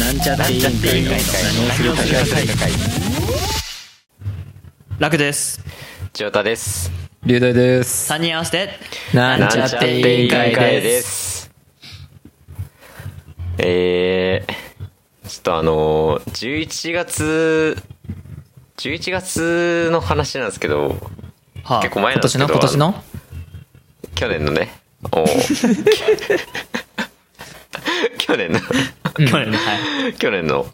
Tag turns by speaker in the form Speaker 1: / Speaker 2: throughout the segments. Speaker 1: なんちゃって委員会の何をする会楽です
Speaker 2: ジョータです。。
Speaker 3: 龍大です。
Speaker 1: 3人合わせて
Speaker 3: なん
Speaker 1: ちゃって委員会です
Speaker 2: えー、ちょっとあのー、11月、11月の話なんですけど、
Speaker 1: は
Speaker 2: 結構前な
Speaker 3: 今
Speaker 2: んです
Speaker 3: 年の
Speaker 2: けど
Speaker 3: 今年の
Speaker 2: 去年のね、おー 去年の、
Speaker 1: 去年のはい
Speaker 2: 去年の。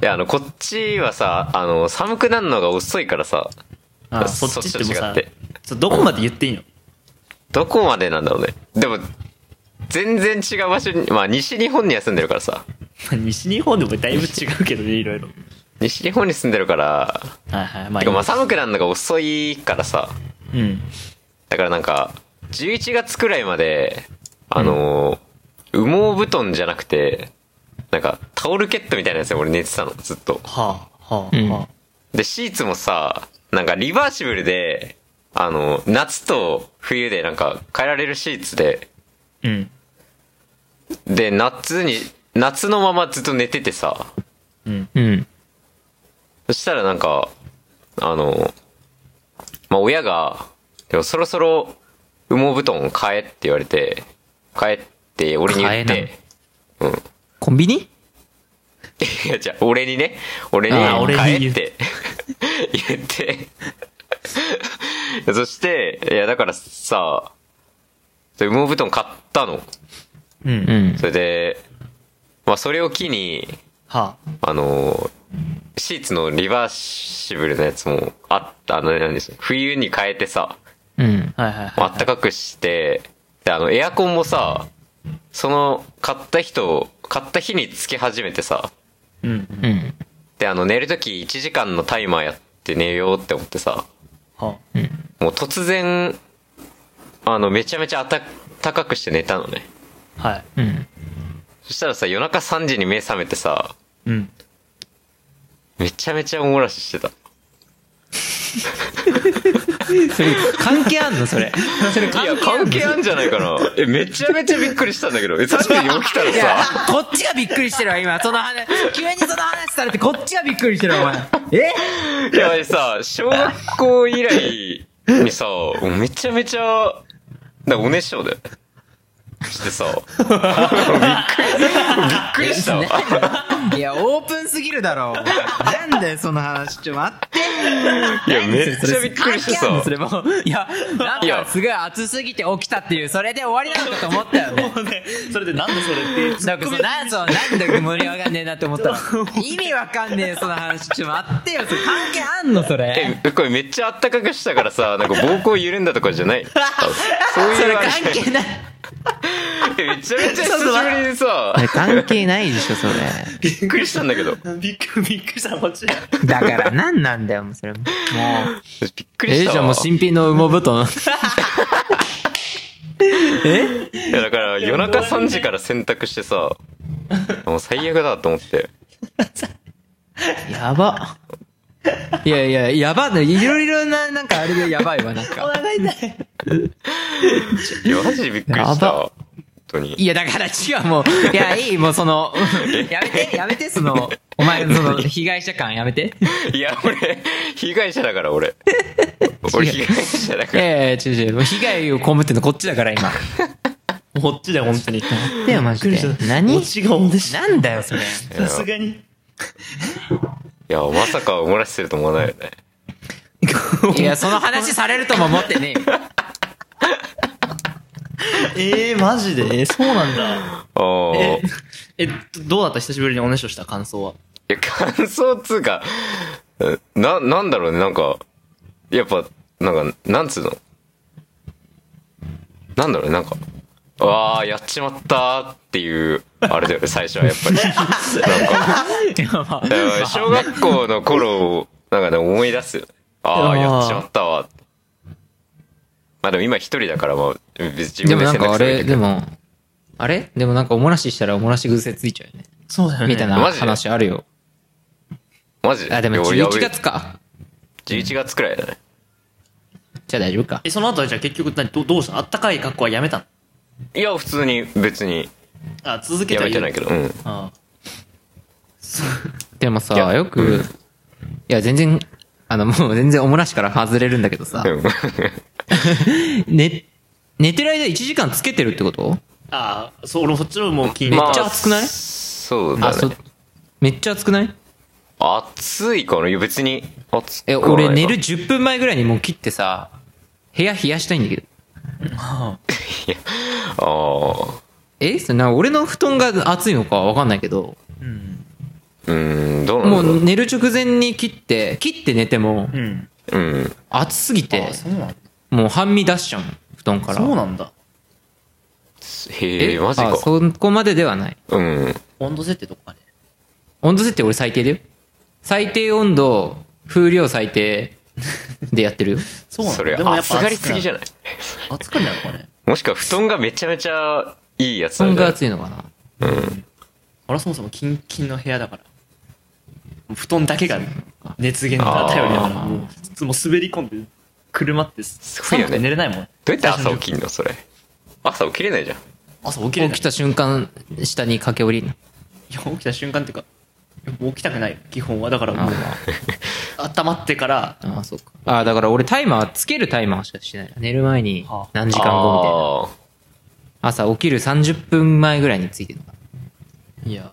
Speaker 2: いや、あの、こっちはさ、あの、寒くなるのが遅いからさ、
Speaker 1: あそっちっても
Speaker 2: そっちと違
Speaker 1: さ
Speaker 2: って
Speaker 1: ちょどこまで言っていいの
Speaker 2: どこまでなんだろうね。でも、全然違う場所に、まあ、西日本には住んでるからさ、
Speaker 1: 西日本でもだいぶ違うけどねいろいろ
Speaker 2: 西日本に住んでるから、
Speaker 1: はいはいまあ
Speaker 2: てかまあ寒くなるのが遅いからさ、
Speaker 3: うん。
Speaker 2: だからなんか、11月くらいまで、あのー羽毛布団じゃなくて、なんか、タオルケットみたいなやつで俺寝てたの、ずっと。
Speaker 1: はあはあ、
Speaker 3: うん
Speaker 1: は
Speaker 2: で、シーツもさ、なんかリバーシブルで、あの夏と冬でなんか変えられるシーツで、
Speaker 3: うん。
Speaker 2: で、夏に、夏のままずっと寝ててさ、
Speaker 3: うん。
Speaker 2: そしたらなんか、あの、まあ、親が、でもそろそろ羽毛布団を買えって言われて、買えって俺に言っ
Speaker 3: 買え
Speaker 2: て、うん。
Speaker 3: コンビニ
Speaker 2: いや、じゃあ俺にね、俺に
Speaker 3: あー
Speaker 1: 俺に
Speaker 2: 買え
Speaker 1: 言う
Speaker 2: って 言って、 そして、いや、だからさ、それ羽毛布団買ったの。
Speaker 1: うん
Speaker 3: う
Speaker 1: は
Speaker 3: ん
Speaker 2: そ。れで、まあ、それを機に、
Speaker 1: あ
Speaker 2: あの、シーツのリバーシブルのやつもあった、あの、何でしょう。冬に変えてさ、
Speaker 3: うん。
Speaker 1: はいはいはい
Speaker 2: あったかくして、で、あの、エアコンもさ、その、買った人、買った日につけ始めてさ、
Speaker 1: うんうん
Speaker 3: うん。
Speaker 2: で、あの、寝るとき1時間のタイマーやって寝ようって思ってさ、
Speaker 1: は
Speaker 2: もう突然、あの、めちゃめちゃあた、暖かくして寝たのね。
Speaker 1: あはい
Speaker 3: うん。
Speaker 2: そしたらさ、夜中3時に目覚めてさ、
Speaker 1: うん
Speaker 2: めちゃめちゃおもらししてた。
Speaker 3: それ、関係あんのそれ。それ
Speaker 2: いや、関係あんじゃないかな。え、めちゃめちゃびっくりしたんだけど。え、3時に起きたらさ、
Speaker 3: こっちがびっくりしてるわ、今。その話、急にその話されて、こっちがびっくりしてるわ、お前。え
Speaker 2: いや、俺さ、小学校以来にさ、めちゃめちゃ、なんかおねしょだよ。してさ、びっくり、びっくりしたわ。
Speaker 3: いや、オープンすぎるだろ。なんだよ、その話。ちょ、待って。
Speaker 2: いや、めっちゃびっくりして
Speaker 3: 関係あんの
Speaker 2: さ
Speaker 3: そ、れもう。いや、なん
Speaker 2: いや
Speaker 3: か、すごい暑すぎて起きたっていう、それで終わりなのかと思ったよね。
Speaker 1: もうねそれでなんでそれって
Speaker 3: なんかそう、なんそう、なんで盛り上がんねえなって思ったの。意味わかんねえよ、その話。ちょっと待ってよ、それ関係あんの、それ。
Speaker 2: え、これめっちゃあったかくしたからさ、なんか膀胱緩んだとかじゃない。そう
Speaker 3: そ
Speaker 2: い
Speaker 3: れ
Speaker 2: う
Speaker 3: 関
Speaker 2: 話。
Speaker 3: 係 ない。
Speaker 2: えめちゃめちゃ久しぶりにさ、
Speaker 3: 関係ないでしょ、それ。
Speaker 2: びっくりしたんだけど。
Speaker 1: びっくりびっくりしたこっち
Speaker 3: だから、なんなんだよ、もうそれも。もう。
Speaker 2: びっくり
Speaker 3: え
Speaker 2: し
Speaker 3: ー、
Speaker 2: た
Speaker 3: じゃあ
Speaker 2: わ。
Speaker 3: もう新品の羽毛布 団。
Speaker 2: いやだから夜中3時から洗濯してさ、もう最悪だと思って。
Speaker 3: やば。いやいや、やばね。いろいろな、なんかあれでやばいわ、なんか。
Speaker 2: いや、マジでびっくりし
Speaker 3: や
Speaker 2: た。
Speaker 3: ば
Speaker 2: 本当に。
Speaker 3: いや、だから違う、もう。い や、いい、もうその、やめて、やめて、その、お前のそ の、被害者感やめて。
Speaker 2: いや、俺、被害者だから、 俺。俺、被害者だ
Speaker 3: い
Speaker 2: から。
Speaker 3: やいや、違う違う。もう被害を被ってんのこっちだから、今。
Speaker 1: こっちだよ本当に
Speaker 3: だよ、マジで。何
Speaker 1: こっちがおねし
Speaker 3: なんだよ、それ。
Speaker 1: さすがに
Speaker 2: いや、まさか漏らしてると思わないよね。
Speaker 3: いや、その話されるとも思ってねえよ。
Speaker 1: ええマジでえ そうなんだ
Speaker 2: ああ。
Speaker 1: え
Speaker 2: い
Speaker 1: えどうだった久しぶりにおねしょした感想 は
Speaker 2: や、感想つうか、な、なんだろうね、なんか、やっぱ、なんか、なんつうのなんだろうね、なんか、ああ、やっちまったーっていう、あれだよね、最初はやっぱり。なんか、だから 小学校の頃を、なんかね、思い出すよね。ああ、
Speaker 1: いやー
Speaker 2: やっちまったわ。まあでも今一人だから、まあ、別に自
Speaker 3: で
Speaker 2: 分
Speaker 3: もなん
Speaker 2: で選
Speaker 3: か
Speaker 2: 択
Speaker 3: あ
Speaker 2: する
Speaker 3: れ、
Speaker 2: けど
Speaker 3: でも、あれでもなんかおもらししたらおもらし癖ついちゃうよね。
Speaker 1: そうだよね
Speaker 3: みたいな
Speaker 2: マジで
Speaker 3: 話あるよ。
Speaker 2: マジ
Speaker 3: あ、でも
Speaker 2: いや俺
Speaker 3: 11月か。
Speaker 2: 11月くらいだね。
Speaker 3: じゃあ大丈夫か。
Speaker 1: えその後はじゃあ結局何どどうしたあったかい格好はやめたの
Speaker 2: いや、普通に、別に、
Speaker 1: あ続け
Speaker 2: や
Speaker 1: た
Speaker 2: めてないけど、うん。
Speaker 1: あ
Speaker 3: でもさ、よく、いや、全然、あの、もう全然おもらしから外れるんだけどさ、
Speaker 2: うん
Speaker 3: 寝、寝てる間1時間つけてるってこと
Speaker 1: ああ、そう、俺そっちのもう気に
Speaker 3: めっ
Speaker 1: なっち
Speaker 3: ち
Speaker 1: ゃ
Speaker 3: ゃ暑くない
Speaker 2: そ
Speaker 3: あ、
Speaker 2: うだ
Speaker 3: そ
Speaker 2: ね。、
Speaker 3: めっちゃ暑くない
Speaker 2: 暑いかないや別に暑く
Speaker 3: え、
Speaker 2: はないな。
Speaker 3: 俺寝る10分前ぐらいにもう切ってさ、部屋冷やしたいんだけど。
Speaker 2: ああ。
Speaker 3: えそれな、俺の布団が暑いのかわかんないけど、
Speaker 2: うーん、どうな
Speaker 3: も
Speaker 2: んだろ
Speaker 3: う寝る直前に切って、切って寝ても、
Speaker 1: う。うん。
Speaker 2: う。うん。
Speaker 3: 暑すぎて
Speaker 1: あ、そうなんだ。
Speaker 3: もう半身出しちゃうの布団から。
Speaker 1: そうなんだ。
Speaker 2: へえ、マジ
Speaker 3: あ
Speaker 2: か。
Speaker 3: そこまでではない。
Speaker 2: うん。
Speaker 1: 温度設定とかね。
Speaker 3: 温度設定俺最低だよ。最低温度、風量最低でやって るよ。
Speaker 1: そうなんだ。
Speaker 2: それ、
Speaker 1: でもやっ
Speaker 2: 暑
Speaker 1: ぱ
Speaker 2: がりすぎじゃ
Speaker 1: ない
Speaker 2: ない
Speaker 1: 暑くなるかね。
Speaker 2: もしくは布団がめちゃめちゃいいやつ
Speaker 3: 布
Speaker 2: なん
Speaker 3: 団
Speaker 2: じ
Speaker 3: が
Speaker 2: ゃない
Speaker 3: 暑いのかな。
Speaker 1: 俺はそもそもキンキンの部屋だから。布団だけが熱源が頼りだから、
Speaker 3: あー
Speaker 1: もう、もう滑り込んで、車ってす
Speaker 2: ごいよね
Speaker 1: 寒くて寝れないもん。
Speaker 2: どうやって朝起
Speaker 1: き
Speaker 2: きんのそれ。朝起きれないじゃん。
Speaker 1: 朝起きれ
Speaker 3: 起
Speaker 1: ない。
Speaker 3: きた瞬間、下に駆け下りるの。
Speaker 1: いや起きた瞬間っていうか、もう起きたくない、基本は。だからもう、
Speaker 3: あ
Speaker 1: 温まってから、
Speaker 3: ああ、そうか。ああ、だから俺タイマー、つけるタイマーしかしてない。寝る前に何時間後みたいな。
Speaker 2: 後
Speaker 3: 朝起きる30分前ぐらいについてるのか
Speaker 1: いや。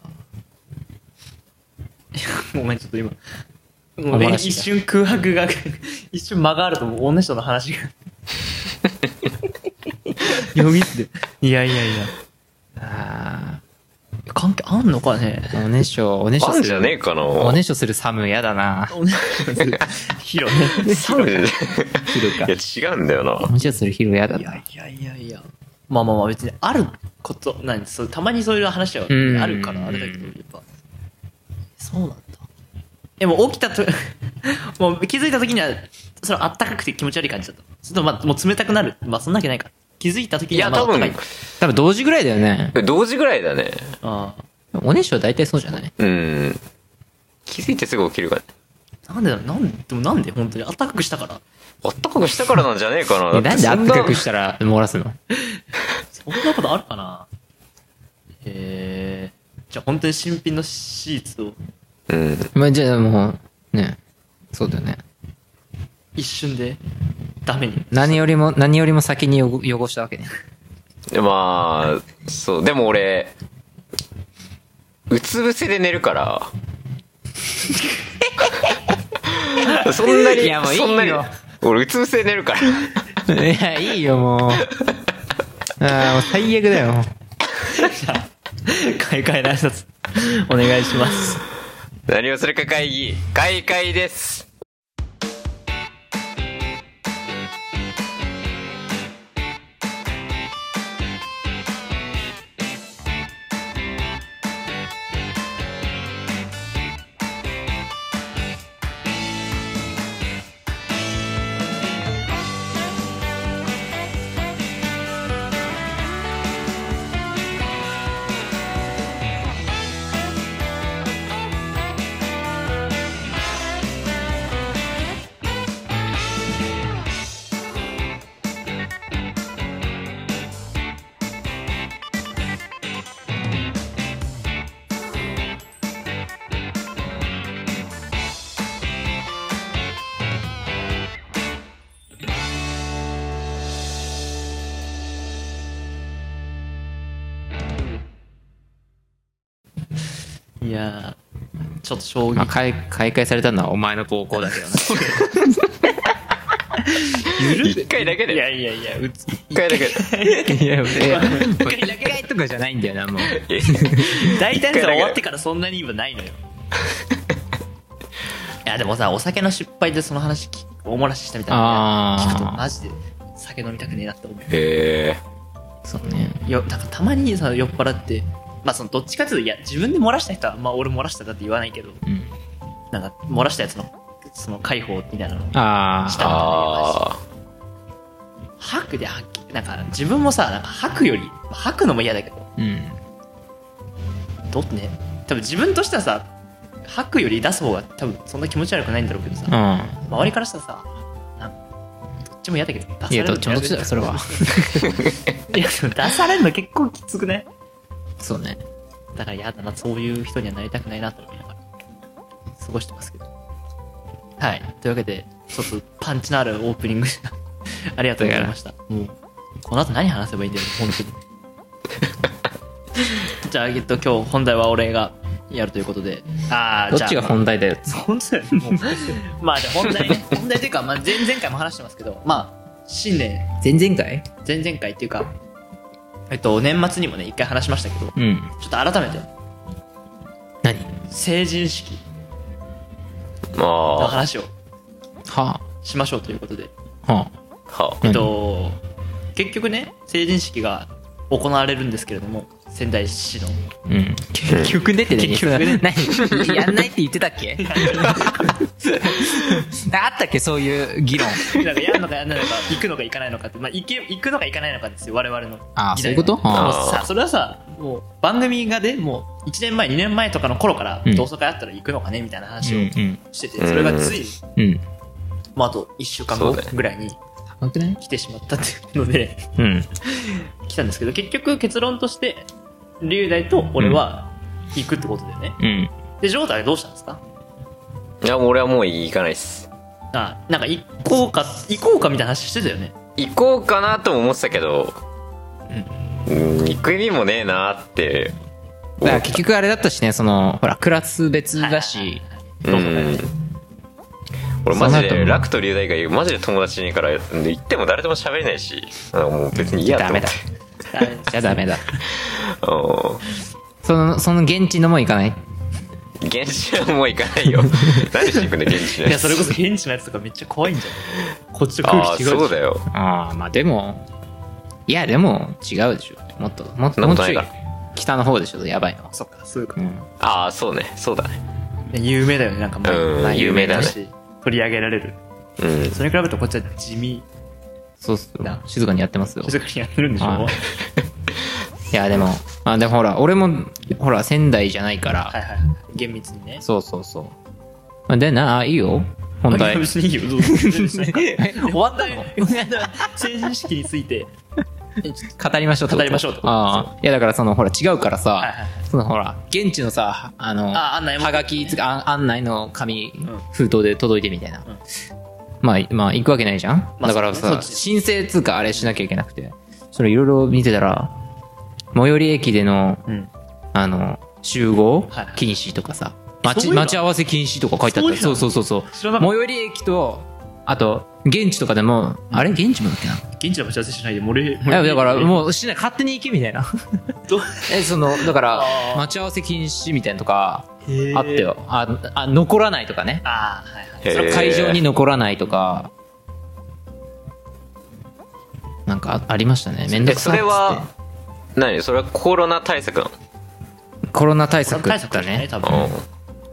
Speaker 1: ごめん、ちょっと今。
Speaker 3: な。
Speaker 1: もうね
Speaker 3: あ
Speaker 1: 一。瞬空白が、 一瞬間があるともう女の人の話 が。
Speaker 3: 読みす
Speaker 1: いやいやいや。
Speaker 3: あ
Speaker 1: 関係あんのかね
Speaker 3: あ、おねしょ、おねし
Speaker 2: み
Speaker 3: ょ
Speaker 2: たいな。あんじゃねえかな
Speaker 3: おねしょするサムやだな。
Speaker 1: ヒロね。
Speaker 2: いや
Speaker 3: 昼か。
Speaker 2: 違うんだよな
Speaker 3: お。ねしょする昼やだ
Speaker 1: いや
Speaker 3: な。
Speaker 1: いやいやいや。まあまあまあ別にあること、なんそうたまにそういう話は
Speaker 3: うん
Speaker 1: あるから、あれだけど、やっぱ。そうなんだ。でも起きたと、 もう気づいた時には、それあったかくて気持ち悪い感じだった。ちょっとまあもう冷たくなる。まあそんなわけないか。気づいた時
Speaker 2: い
Speaker 1: には
Speaker 2: や、
Speaker 1: まあ
Speaker 2: 多
Speaker 1: あったか
Speaker 2: 分
Speaker 1: い。、
Speaker 3: 多分同時ぐらいだよね。
Speaker 2: 同時ぐらいだね。
Speaker 1: あ
Speaker 3: おねしょ大体そうじゃない
Speaker 2: うん。気づいてすぐ起きるから。
Speaker 1: あ。なんでだろうなんでもなんで本当にあったかくしたから。
Speaker 2: あったかくしたからなんじゃねえか
Speaker 3: え
Speaker 2: な。
Speaker 3: なん
Speaker 2: だって
Speaker 3: で
Speaker 2: そ
Speaker 3: あ
Speaker 2: ん
Speaker 3: っ
Speaker 2: な
Speaker 3: たかくしたら漏らすの
Speaker 1: そんなことあるかなへえ。じゃあ本当に新品のシーツを
Speaker 2: うん。
Speaker 3: まあ、じゃあもう、ね。そうだよね。
Speaker 1: 一瞬でダメに。
Speaker 3: 何よりも、何よりも先に汚汚したわけね。
Speaker 2: でまあ、そう、でも俺、うつ伏せで寝るから。そんないに
Speaker 3: やもうい、いよ
Speaker 2: そんなに、俺うつ伏せで寝るか ら。
Speaker 3: いや、いいよ、もう。ああ、もう最悪だよ。
Speaker 1: 買い替えの挨拶、お願いします。
Speaker 2: 何をするか会議、開会です。
Speaker 1: いやー、ちょっと衝
Speaker 3: まあ、
Speaker 1: 撃。
Speaker 3: 買い、買い替えされたのはお前の暴行だけどな。
Speaker 2: 一回だけ
Speaker 1: いや
Speaker 2: で。
Speaker 1: いやいや、うつ。
Speaker 2: 一回だけで。
Speaker 3: いや、いや、
Speaker 1: 回だけ
Speaker 3: とかじゃないんだよな、もう。
Speaker 1: 大体
Speaker 2: 一回だけ
Speaker 1: さ、終わってからそんなに今ないのよ。いや、でもさ、お酒の失敗でその話聞く、おもらししたみたいな
Speaker 3: あー
Speaker 1: 聞くとマジで酒飲みたくねえなって思う。
Speaker 2: へえ。
Speaker 3: そうね。
Speaker 1: よなんかたまにさ酔っ払ってまあそのどっちかっていうといや自分で漏らした人はまあ俺漏らしただって言わないけど
Speaker 3: うん。
Speaker 1: なんか漏らしたやつのその解放みたいなのを
Speaker 3: あ
Speaker 1: した
Speaker 3: あ、
Speaker 2: あ
Speaker 1: 吐くで吐きなんか自分もさなんか吐くより吐くのも嫌だけど
Speaker 3: うん。
Speaker 1: どうね多分自分としてはさ吐くより出す方が多分そんな気持ち悪くないんだろうけどさ、
Speaker 3: う
Speaker 1: 周りからしたらさなんかどっちも嫌だけど出さ
Speaker 3: ん。い
Speaker 1: れ
Speaker 3: や、
Speaker 1: るの
Speaker 3: どっちもどっちだよ、それは。
Speaker 1: いやでも出されるの結構きつくね
Speaker 3: そうね。
Speaker 1: だから嫌だな、そういう人にはなりたくないなと思いながら、過ごしてますけど。はい。というわけで、ちょっとパンチのあるオープニング ありがとうございました。もう、この後何話せばいいんだよ、本当に。 じゃあ、えっと、今日本題は俺がやるということで。ああ、
Speaker 3: どっちが本題だよ。
Speaker 1: 本当だよねもうまあじゃあ本題ね本題というか、まあ、前前回も話してますけどまあ新年
Speaker 3: 前々回
Speaker 1: 前々回っていうかえっと年末にもね一回話しましたけどちょ
Speaker 3: うん。
Speaker 1: っと改めて
Speaker 3: 何
Speaker 1: 成人式の
Speaker 2: まあ、
Speaker 1: 話を
Speaker 3: は
Speaker 1: しましょうということで
Speaker 3: あ、は
Speaker 2: は
Speaker 1: えっと結局ね成人式が行われるんですけれども仙台市の
Speaker 3: あ、うん。結局ねって何
Speaker 1: 結局ね
Speaker 3: そ れ何やんないって言ってたっけ あったっけそういう議論。
Speaker 1: なんかやるのかやらないのか行くのか行かないのかって、まあ、行け行くのか行かないのかですよ我々の
Speaker 3: あー
Speaker 1: 時代
Speaker 3: そういうことあ
Speaker 1: もう
Speaker 2: ー
Speaker 1: さそれはさもう番組がねもう1年前2年前とかの頃から
Speaker 3: うん
Speaker 1: 同窓会あったら行くのかねみたいな
Speaker 3: う
Speaker 1: 話を
Speaker 3: ん、
Speaker 1: してて、それがつい、
Speaker 3: うん。うん。
Speaker 1: まあ、あと1週間後
Speaker 2: そうだね
Speaker 1: ぐらいに
Speaker 3: 高くない
Speaker 1: 来てしまったっていうので
Speaker 3: うん。
Speaker 1: 来たんですけど結局結論として龍大と俺は行くってことだよね、
Speaker 3: うん。
Speaker 1: でジョータはどうしたんですか
Speaker 2: いや、俺はもう行かないっす。
Speaker 1: あなんか行こうか行こうかみたいな話してたよね
Speaker 2: 行こうかなとも思ってたけど、うん、行く意味もねえなって
Speaker 3: だ
Speaker 2: 思
Speaker 3: か
Speaker 2: っ
Speaker 3: ら結局あれだったしね、その、ほら、クラス別だし、
Speaker 2: た。うん。俺マジ
Speaker 3: そうなると思
Speaker 2: で、
Speaker 3: う
Speaker 2: 楽と龍大が言う、マジで友達にいいから、行っても誰とも喋れないし、あのもう別にいいやと思って。
Speaker 1: あれ
Speaker 3: じゃダメだ。
Speaker 2: うん
Speaker 3: その、その現地のも行かない
Speaker 2: 原始はもう行かないよ。何していくんだ、原始の
Speaker 1: い
Speaker 2: や
Speaker 1: や
Speaker 2: つ
Speaker 1: それこそ現地のやつとかめっちゃ怖いんじゃんこっちと空
Speaker 2: ああ、
Speaker 1: 気違うし
Speaker 2: そうだよ。
Speaker 3: ああ、まあでも、いや、でも、違うでしょ。もっと、もっ
Speaker 2: そ
Speaker 3: と、
Speaker 2: んな
Speaker 3: も
Speaker 2: こ
Speaker 3: う
Speaker 2: と
Speaker 3: ち
Speaker 2: な
Speaker 3: ょ
Speaker 2: い
Speaker 3: い
Speaker 2: か、
Speaker 3: 北の方でしょ、やばいのは。
Speaker 1: そっかそうか
Speaker 3: うん。
Speaker 2: ああ、そうね。そうだね。
Speaker 1: 有名だよねなんかも
Speaker 2: うん
Speaker 1: まあ
Speaker 2: 有名だね
Speaker 1: 有し取り上げられる
Speaker 2: うん。
Speaker 1: それに比べるとこっちは地味
Speaker 3: そうっすよ
Speaker 1: な
Speaker 3: 静かにやってますよ。
Speaker 1: 静かにやってるんでしょ
Speaker 3: はい
Speaker 1: はい
Speaker 3: や、でも、あ、でもほら、俺も、ほら、仙台じゃないから、
Speaker 1: いはい厳密にね
Speaker 3: そうそうそう。まあで、なあ、いいよ。本
Speaker 1: いや
Speaker 3: 題。
Speaker 1: 別にいいよどうぞ終わ った
Speaker 3: の
Speaker 1: 成人式について
Speaker 3: 語りましょうってこと
Speaker 1: 語りましょうってこと
Speaker 3: ああ。いや、だからその、ほら、違うからさ、
Speaker 1: はいはいはい
Speaker 3: そのほら、現地のさ、あの、
Speaker 1: あ案内も
Speaker 3: はがきつか、あ案内の紙
Speaker 1: ん、
Speaker 3: 封筒で届いてみたいな。
Speaker 1: ん
Speaker 3: まあ、まあ、行くわけないじゃん、
Speaker 1: まあ
Speaker 3: だから
Speaker 1: そう
Speaker 3: さ、
Speaker 1: ねそっち
Speaker 3: 申請つうか、あれしなきゃいけなくて。それいろいろ見てたら、最寄り駅での、
Speaker 1: うん
Speaker 3: あの、集合
Speaker 1: はいはい
Speaker 3: 禁止とかさ、
Speaker 1: え
Speaker 3: 待
Speaker 1: そうい
Speaker 3: ち
Speaker 1: うの
Speaker 3: 待ち合わせ禁止とか書いてあった
Speaker 1: そいうう
Speaker 3: そう
Speaker 1: の
Speaker 3: そうそうそう
Speaker 1: 知らなか
Speaker 3: 最
Speaker 1: った
Speaker 3: 寄り駅とあと現地とかでも、あれ現地もだっけな
Speaker 1: 現地の待ち合わせしないで森
Speaker 3: いや だから
Speaker 1: う
Speaker 3: もうしない勝手に行けみた いなえそのだから
Speaker 1: あー
Speaker 3: 待ち合わせ禁止みたいなのとか
Speaker 1: へー
Speaker 3: あったよああ残らないとかね
Speaker 1: ああはいはい
Speaker 2: へー
Speaker 3: 会場に残らないとかなんかあありましたね面
Speaker 2: え、
Speaker 3: 倒くさ
Speaker 2: そ
Speaker 3: っつっ
Speaker 2: れ
Speaker 3: て
Speaker 2: は、何それはコロナ対策な
Speaker 3: コロナ対
Speaker 1: それ
Speaker 3: 策
Speaker 1: 対
Speaker 3: だった
Speaker 1: 策だね
Speaker 3: ね
Speaker 1: 多分
Speaker 2: の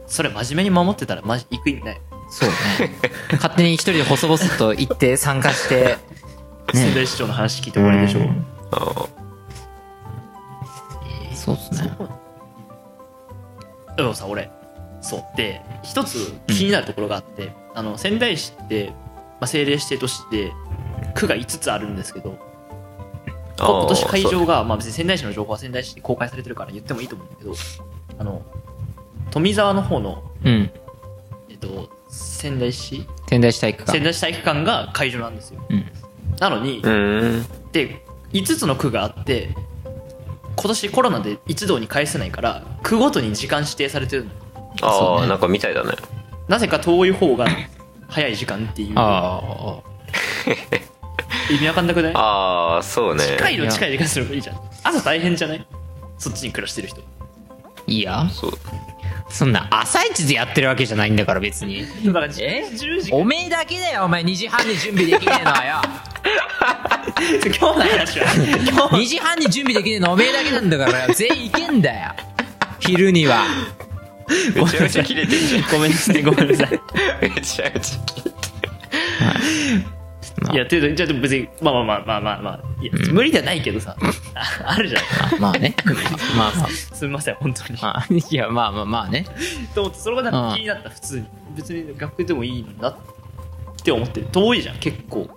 Speaker 1: それ真面目に守ってたらマジ行く意味ない
Speaker 3: そうね 勝手に一人で細々と行って参加して
Speaker 1: 仙台市長の話聞いて終わりでしょ
Speaker 3: う
Speaker 1: うん
Speaker 2: う
Speaker 3: そうっすね
Speaker 1: でもさ俺そうで一つ気になるところがあって、あの仙台市って、まあ、政令指定都市で区が5つあるんですけど
Speaker 2: あー
Speaker 1: 今年会場が、まあ、別に仙台市の情報は仙台市で公開されてるから言ってもいいと思うんだけどあの富沢の方の、
Speaker 3: うん
Speaker 1: えっと、仙台市
Speaker 3: 仙台市体育
Speaker 1: 仙
Speaker 3: 館
Speaker 1: 台市体育館が会場なんですよ
Speaker 3: うん
Speaker 1: なのに、
Speaker 2: ん。うん。
Speaker 1: で5つの区があって今年コロナで一堂に返せないから区ごとに時間指定されてるの
Speaker 3: そ
Speaker 2: あ
Speaker 3: う
Speaker 2: あ、
Speaker 3: ね
Speaker 2: なんかみたいだね。
Speaker 1: なぜか遠い方が早い時間っていう
Speaker 3: ああ
Speaker 1: 意味わかんなくない
Speaker 2: ああ、そうね。
Speaker 1: 近いの近い時間すればいいじゃん朝大変じゃないそっちに暮らしてる人
Speaker 3: いいや
Speaker 2: そう。
Speaker 3: そんな朝一でやってるわけじゃないんだから別に
Speaker 1: だからじ
Speaker 3: え
Speaker 1: 10時
Speaker 3: おめえだけだよお前2時半に準備できねえのはよ
Speaker 1: 今日の話 は今
Speaker 3: 2時半に準備できねえのおめえだけなんだからよ全員行けんだよ昼には
Speaker 2: めちゃめちゃ切れてん じゃん。
Speaker 1: 日ごめんなさいごめんなさい
Speaker 2: めちゃめちゃ切れて
Speaker 3: まあ
Speaker 1: いやというとじゃあでも別にまあまあまあまあまあ、まあ、いや無理じゃないけど さああるじゃん
Speaker 3: まあねまあまあ
Speaker 1: すみません本当に
Speaker 3: まあいやまあまあまあね
Speaker 1: と思ってそれがなんか気になった普通に別に学校でもいいのになって思ってる遠いじゃん結構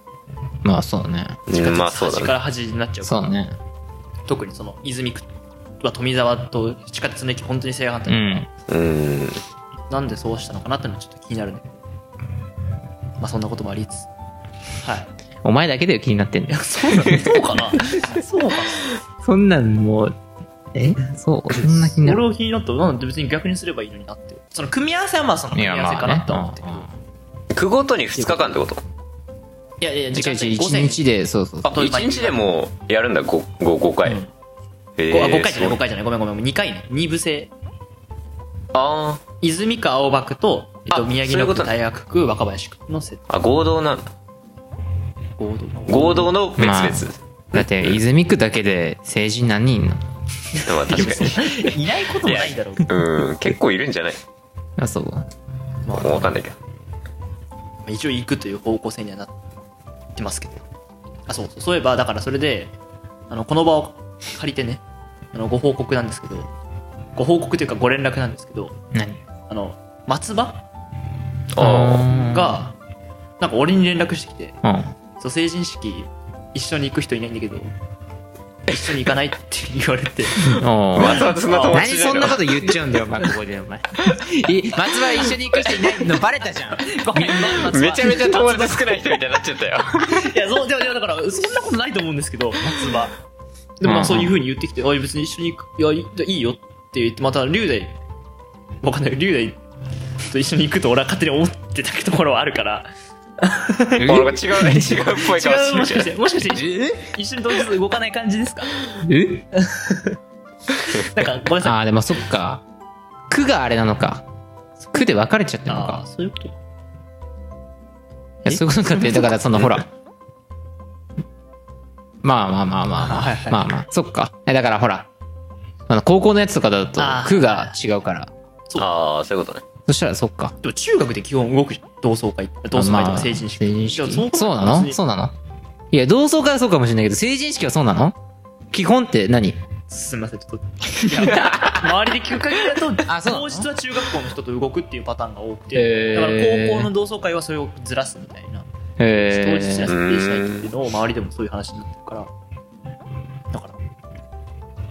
Speaker 3: まあそうね
Speaker 2: んじゃん。まあそう
Speaker 1: 端か
Speaker 2: だね。
Speaker 1: ら端になっちゃうから
Speaker 3: そうね
Speaker 1: 特にその泉区は富沢と地下鉄の駅本当に正反
Speaker 3: う
Speaker 1: 対、
Speaker 3: ん。
Speaker 2: うん。
Speaker 1: なんでそうしたのかなってのはちょっと気になるねまあそんなこともありつつはい
Speaker 3: お前だけだよ、気になってんだよ。
Speaker 1: そうなのそうかなそうかな
Speaker 3: そんなんもう、えそう、そんな気にな
Speaker 1: 俺
Speaker 3: る。
Speaker 1: を気になったらなんで別に逆にすればいいのになってその組み合わせはまあその
Speaker 3: い
Speaker 1: 組み合
Speaker 3: や、
Speaker 1: わせ
Speaker 3: ま
Speaker 1: か
Speaker 3: あね
Speaker 1: なとは思ってる
Speaker 2: 区ごとに2日間ってこと
Speaker 1: いやいや
Speaker 3: うん。
Speaker 1: 時
Speaker 3: 違う
Speaker 1: 間
Speaker 3: 違う、
Speaker 1: 1
Speaker 3: 1日で、そうそうそ
Speaker 2: あ
Speaker 3: う。
Speaker 1: そう
Speaker 2: 一1日でもうやるんだ 5, 5回、
Speaker 1: うん
Speaker 2: え
Speaker 1: 5回じゃない
Speaker 2: すご
Speaker 1: 5回じゃないごめんごめん2回ね2部制
Speaker 2: あー
Speaker 1: 泉区青葉区と、えっと、
Speaker 2: あ
Speaker 1: 宮城
Speaker 2: そうい
Speaker 1: 野
Speaker 2: うこ
Speaker 1: 区
Speaker 2: とね
Speaker 1: 大学区若林区のセット
Speaker 2: あ合同なんだ
Speaker 1: 合同の
Speaker 2: 合同の別々、
Speaker 3: まあだって、泉区だけで成人何人いんの
Speaker 2: まあ確かに
Speaker 1: いないこともないだろうけど
Speaker 2: うん結構いるんじゃない
Speaker 3: あ、そう。
Speaker 1: まあ
Speaker 2: もう分かんないけど
Speaker 1: 一応行くという方向性にはなってますけどあそうそうそういえばだからそれであのこの場を借りてねあのご報告なんですけどご報告というかご連絡なんですけど
Speaker 3: 何
Speaker 1: あの松葉
Speaker 2: あ
Speaker 1: がなんか俺に連絡してきて
Speaker 3: あー。
Speaker 1: そう成人式一緒に行く人いないんだけど一緒に行かないって言われて
Speaker 3: うん。お
Speaker 2: あ
Speaker 3: ー
Speaker 2: わざわざそんな友
Speaker 3: 何
Speaker 2: 達いな
Speaker 3: そ
Speaker 2: い
Speaker 3: ん
Speaker 2: の
Speaker 3: なこと言っちゃうんだよ、お前、ここで、お前。い松葉一緒に行く人いないのバレたじゃん。
Speaker 1: ごめんごめん
Speaker 2: めちゃめちゃ友達少ない人みたいになっちゃったよ
Speaker 1: いや、そう、でも、でもだから、そんなことないと思うんですけど、松葉。でも、まあそういう風に言ってきて、あ、別に一緒に行く、いや、いいいいよって言って、また、龍大、わかんない、龍大と一緒に行くと俺は勝手に思ってたところはあるから、
Speaker 2: 俺が違うね違うっぽいかも
Speaker 1: 違う、も
Speaker 2: し
Speaker 1: し
Speaker 2: れ
Speaker 1: か
Speaker 2: な
Speaker 1: し
Speaker 2: い
Speaker 1: て、もしかして、一緒に同日動かない感じですか
Speaker 3: え
Speaker 1: なんか、ごめんなさい。
Speaker 3: ああ、でもそっか。区があれなのか。区で分かれちゃったの
Speaker 1: あ
Speaker 3: か
Speaker 1: あ、。そういうこと
Speaker 3: いや、そういうことか って、だからそのほら。まあまあまあまあまあ。
Speaker 1: はいはい
Speaker 3: まあまあ、そっか。えだからほら。あの高校のやつとかだと
Speaker 1: あー
Speaker 3: 区が違うから。
Speaker 2: ああそういうことね
Speaker 3: そしたらそっか。
Speaker 1: でも、中学で基本動くじゃん同窓会。同窓会とか成人式。
Speaker 3: 成人
Speaker 1: いや
Speaker 3: 式。そうな
Speaker 1: 考えたら別
Speaker 3: の
Speaker 1: に
Speaker 3: そうなのいや、同窓会はそうかもしれないけど、成人式はそうなの基本って何
Speaker 1: すみません、ちょっと。いや周りで聞く限りだと、
Speaker 3: あそうなの
Speaker 1: 当日は中学校の人と動くっていうパターンが多く
Speaker 3: へ
Speaker 1: て、
Speaker 3: ー
Speaker 1: だから高校の同窓会はそれをずらすみたいな、当
Speaker 3: え
Speaker 1: 日じゃ設定しないっていうのを周りでもそういう話になってるから、だか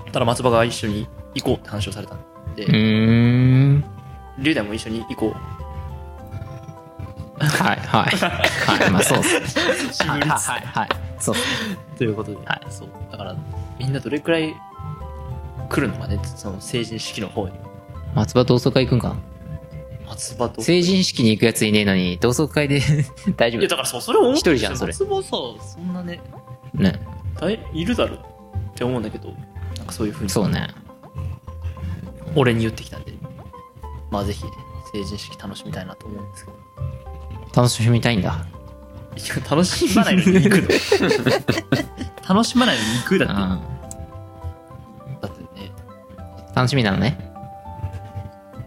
Speaker 1: ら、ただ松葉が一緒に行こうって話をされたんで
Speaker 3: う、ーん。
Speaker 1: 龍大も一緒に行こう。
Speaker 3: はいはい。はい、まあ そうっす。
Speaker 1: 渋
Speaker 3: はい
Speaker 1: りつ
Speaker 3: はいはい。そうっす。
Speaker 1: ということで、そう。だから、みんなどれくらい来るのかね、その成人式の方に。
Speaker 3: 松葉同窓会行くんかな
Speaker 1: 松葉と。
Speaker 3: 成人式に行くやついねえのに、同窓会で 大丈
Speaker 1: いや、
Speaker 3: 夫
Speaker 1: だからそう、それを思って
Speaker 3: 一人じゃんそれ
Speaker 1: 松葉さ、そんなね、
Speaker 3: ね。
Speaker 1: 大いるだろうって思うんだけどなんかそういうふうに
Speaker 3: そうね。
Speaker 1: 俺に言ってきたんでまあぜひ成人式楽しみたいなと思うんですけど
Speaker 3: 楽しみたいんだ。
Speaker 1: 一応楽しまないのに行くの 楽しまないのに行く
Speaker 3: う
Speaker 1: だって
Speaker 3: ん。
Speaker 1: だってね
Speaker 3: 楽しみなのね。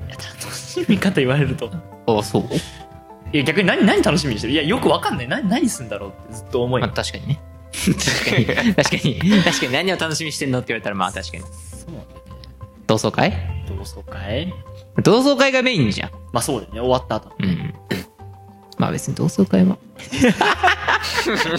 Speaker 1: いや楽しみ方言われると
Speaker 3: あ、そう
Speaker 1: いや逆に何何楽しみにしてるいやよくわかんない何何すんだろうってずっと思い、
Speaker 3: まあ確かにね。確か に。確かに。確かに何を楽しみにしてんのって言われたらまあ確かに。
Speaker 1: そうなんだよ
Speaker 3: 同窓会
Speaker 1: ね同窓会
Speaker 3: 同窓会がメインじゃん。
Speaker 1: まあそうだよね終わった 後
Speaker 3: うん。まあ別に同窓会は。
Speaker 1: だから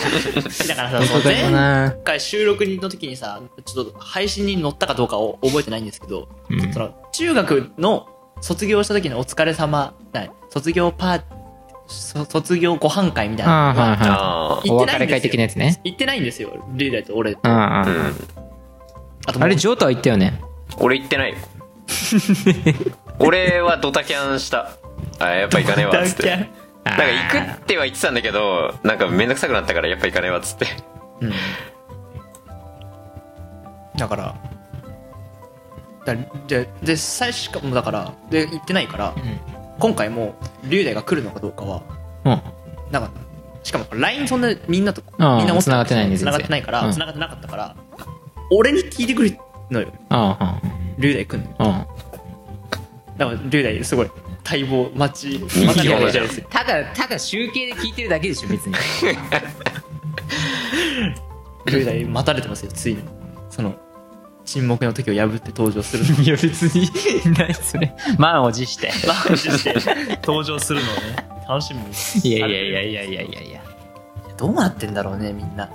Speaker 1: さ
Speaker 3: 同
Speaker 1: そ
Speaker 3: 窓
Speaker 1: う
Speaker 3: 会
Speaker 1: 前
Speaker 3: もな
Speaker 1: 回収録の時にさちょっと配信に載ったかどうかを覚えてないんですけど
Speaker 3: うん
Speaker 1: そ。の中学の卒業した時のお疲れ様な卒業パーそ卒業ご飯会みたいな
Speaker 3: ああ、
Speaker 1: のは
Speaker 3: はいは
Speaker 2: あ
Speaker 3: い。
Speaker 1: 行
Speaker 3: お
Speaker 1: って
Speaker 3: 別
Speaker 1: ない
Speaker 3: れ
Speaker 1: んで
Speaker 3: 会
Speaker 1: すよ
Speaker 3: 的なやつね。
Speaker 1: 行ってないんですよリーダーと俺
Speaker 3: うんうん。
Speaker 2: あう
Speaker 3: あ
Speaker 2: ん
Speaker 1: あともう
Speaker 3: れ、ジョータは行ったよね。
Speaker 2: 俺行ってないよ俺はドタキャンしたあやっぱ行かねえわっつっ
Speaker 1: ド
Speaker 2: て
Speaker 1: タキャン
Speaker 3: あ
Speaker 2: なんか行くっては言ってたんだけどなんかめんどくさくなったからやっぱ行かねえわっつって
Speaker 1: うんだからだでで最初しかもだからで行ってないから、今回も龍大が来るのかどうかは
Speaker 3: うん。
Speaker 1: なんかしかも LINE そんなみんなと
Speaker 3: ああ
Speaker 1: みんな持
Speaker 3: 繋がってないんで
Speaker 1: つな
Speaker 3: 全然
Speaker 1: がってないから、
Speaker 3: うん
Speaker 1: 繋がってなかったから俺に聞いてくるのよ
Speaker 3: あ
Speaker 1: 龍大来んのよ
Speaker 3: あ、うん。うん。
Speaker 1: だから龍大すごい待望待ち
Speaker 2: い
Speaker 1: 待ち
Speaker 2: よ
Speaker 1: 望
Speaker 2: ね
Speaker 1: みじゃないですよ
Speaker 3: ただ、ただ集計で聞いてるだけでしょ、別に。
Speaker 1: 龍大待たれてますよついにその沈黙の時を破って登場するの
Speaker 3: いや、別に、何それ。満を持 して。
Speaker 1: マジで 登場するのをね楽しみに
Speaker 3: いやいやいやいやいやいやいや。
Speaker 1: どうなってんだろうねみんな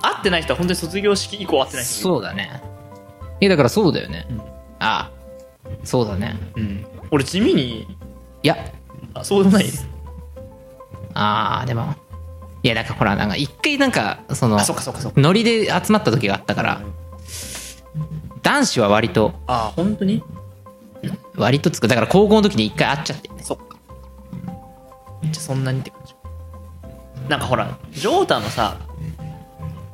Speaker 1: 会ってない人は本当に卒業式以降会ってない人
Speaker 3: そうだね。え、だからそうだよね。
Speaker 1: ん
Speaker 3: ああそうだね。
Speaker 1: うん。俺地味に、
Speaker 3: いや、
Speaker 1: あ、そうでもない。
Speaker 3: ああでも。いや、なんかほら、なんか一回なんか、その
Speaker 1: あ、、そっかそっかそっか。
Speaker 3: ノリで集まった時があったから、男子は割と、
Speaker 1: あ、本当に
Speaker 3: 割とつく。だから高校の時に一回会っちゃって。
Speaker 1: そっか。じゃあそんなにって感じ。なんかほら、ジョータのさ、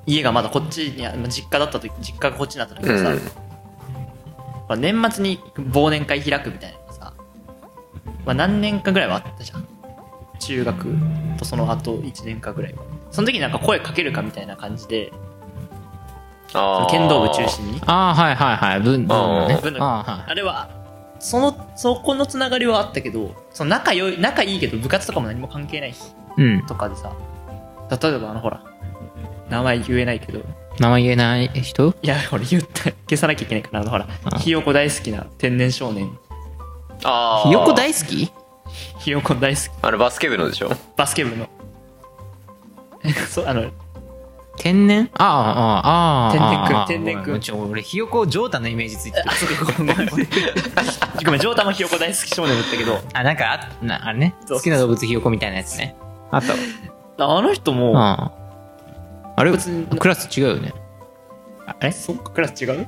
Speaker 1: 家がまだこっちにあ、まあ実家だった時、実家がこっちになった時にさ、
Speaker 2: うん
Speaker 1: ほら年末に忘年会開くみたいなのがさ、まあ何年かぐらいはあったじゃん。中学とその後1年かぐらいは。その時になんか声かけるかみたいな感じで、
Speaker 2: あー
Speaker 1: 剣道部中心に。
Speaker 3: ああはいはいはい。文、文のね。
Speaker 1: 文の
Speaker 3: ああはい。
Speaker 1: あれはそのそこのつながりはあったけどその仲良い仲いいけど部活とかも何も関係ない人
Speaker 3: うん。
Speaker 1: とかでさ例えばあのほら名前言えないけど
Speaker 3: 名前言えない人
Speaker 1: いや俺言った消さなきゃいけないからあのほら
Speaker 3: あ
Speaker 1: ひよこ大好きな天然少年
Speaker 2: あー
Speaker 3: ひよこ大好き
Speaker 1: ひよこ大好き
Speaker 2: あれバスケ部のでしょ
Speaker 1: バスケ部の そうあの
Speaker 3: 天然ああ、ああ、ああ。
Speaker 1: 天然くん天然くん
Speaker 3: ごめちょ俺、ひよこジョータのイメージついてる。
Speaker 1: ごめんジョータもひよこ大好き少年だったけど
Speaker 3: あ、なんか、あ、なあれね。
Speaker 1: そう
Speaker 3: 好きな動物ひよこみたいなやつね。あった。
Speaker 1: あの人も、
Speaker 3: ああ。あれ、
Speaker 1: 別に
Speaker 3: クラス違うよね。ああれ
Speaker 1: そっかクラス違う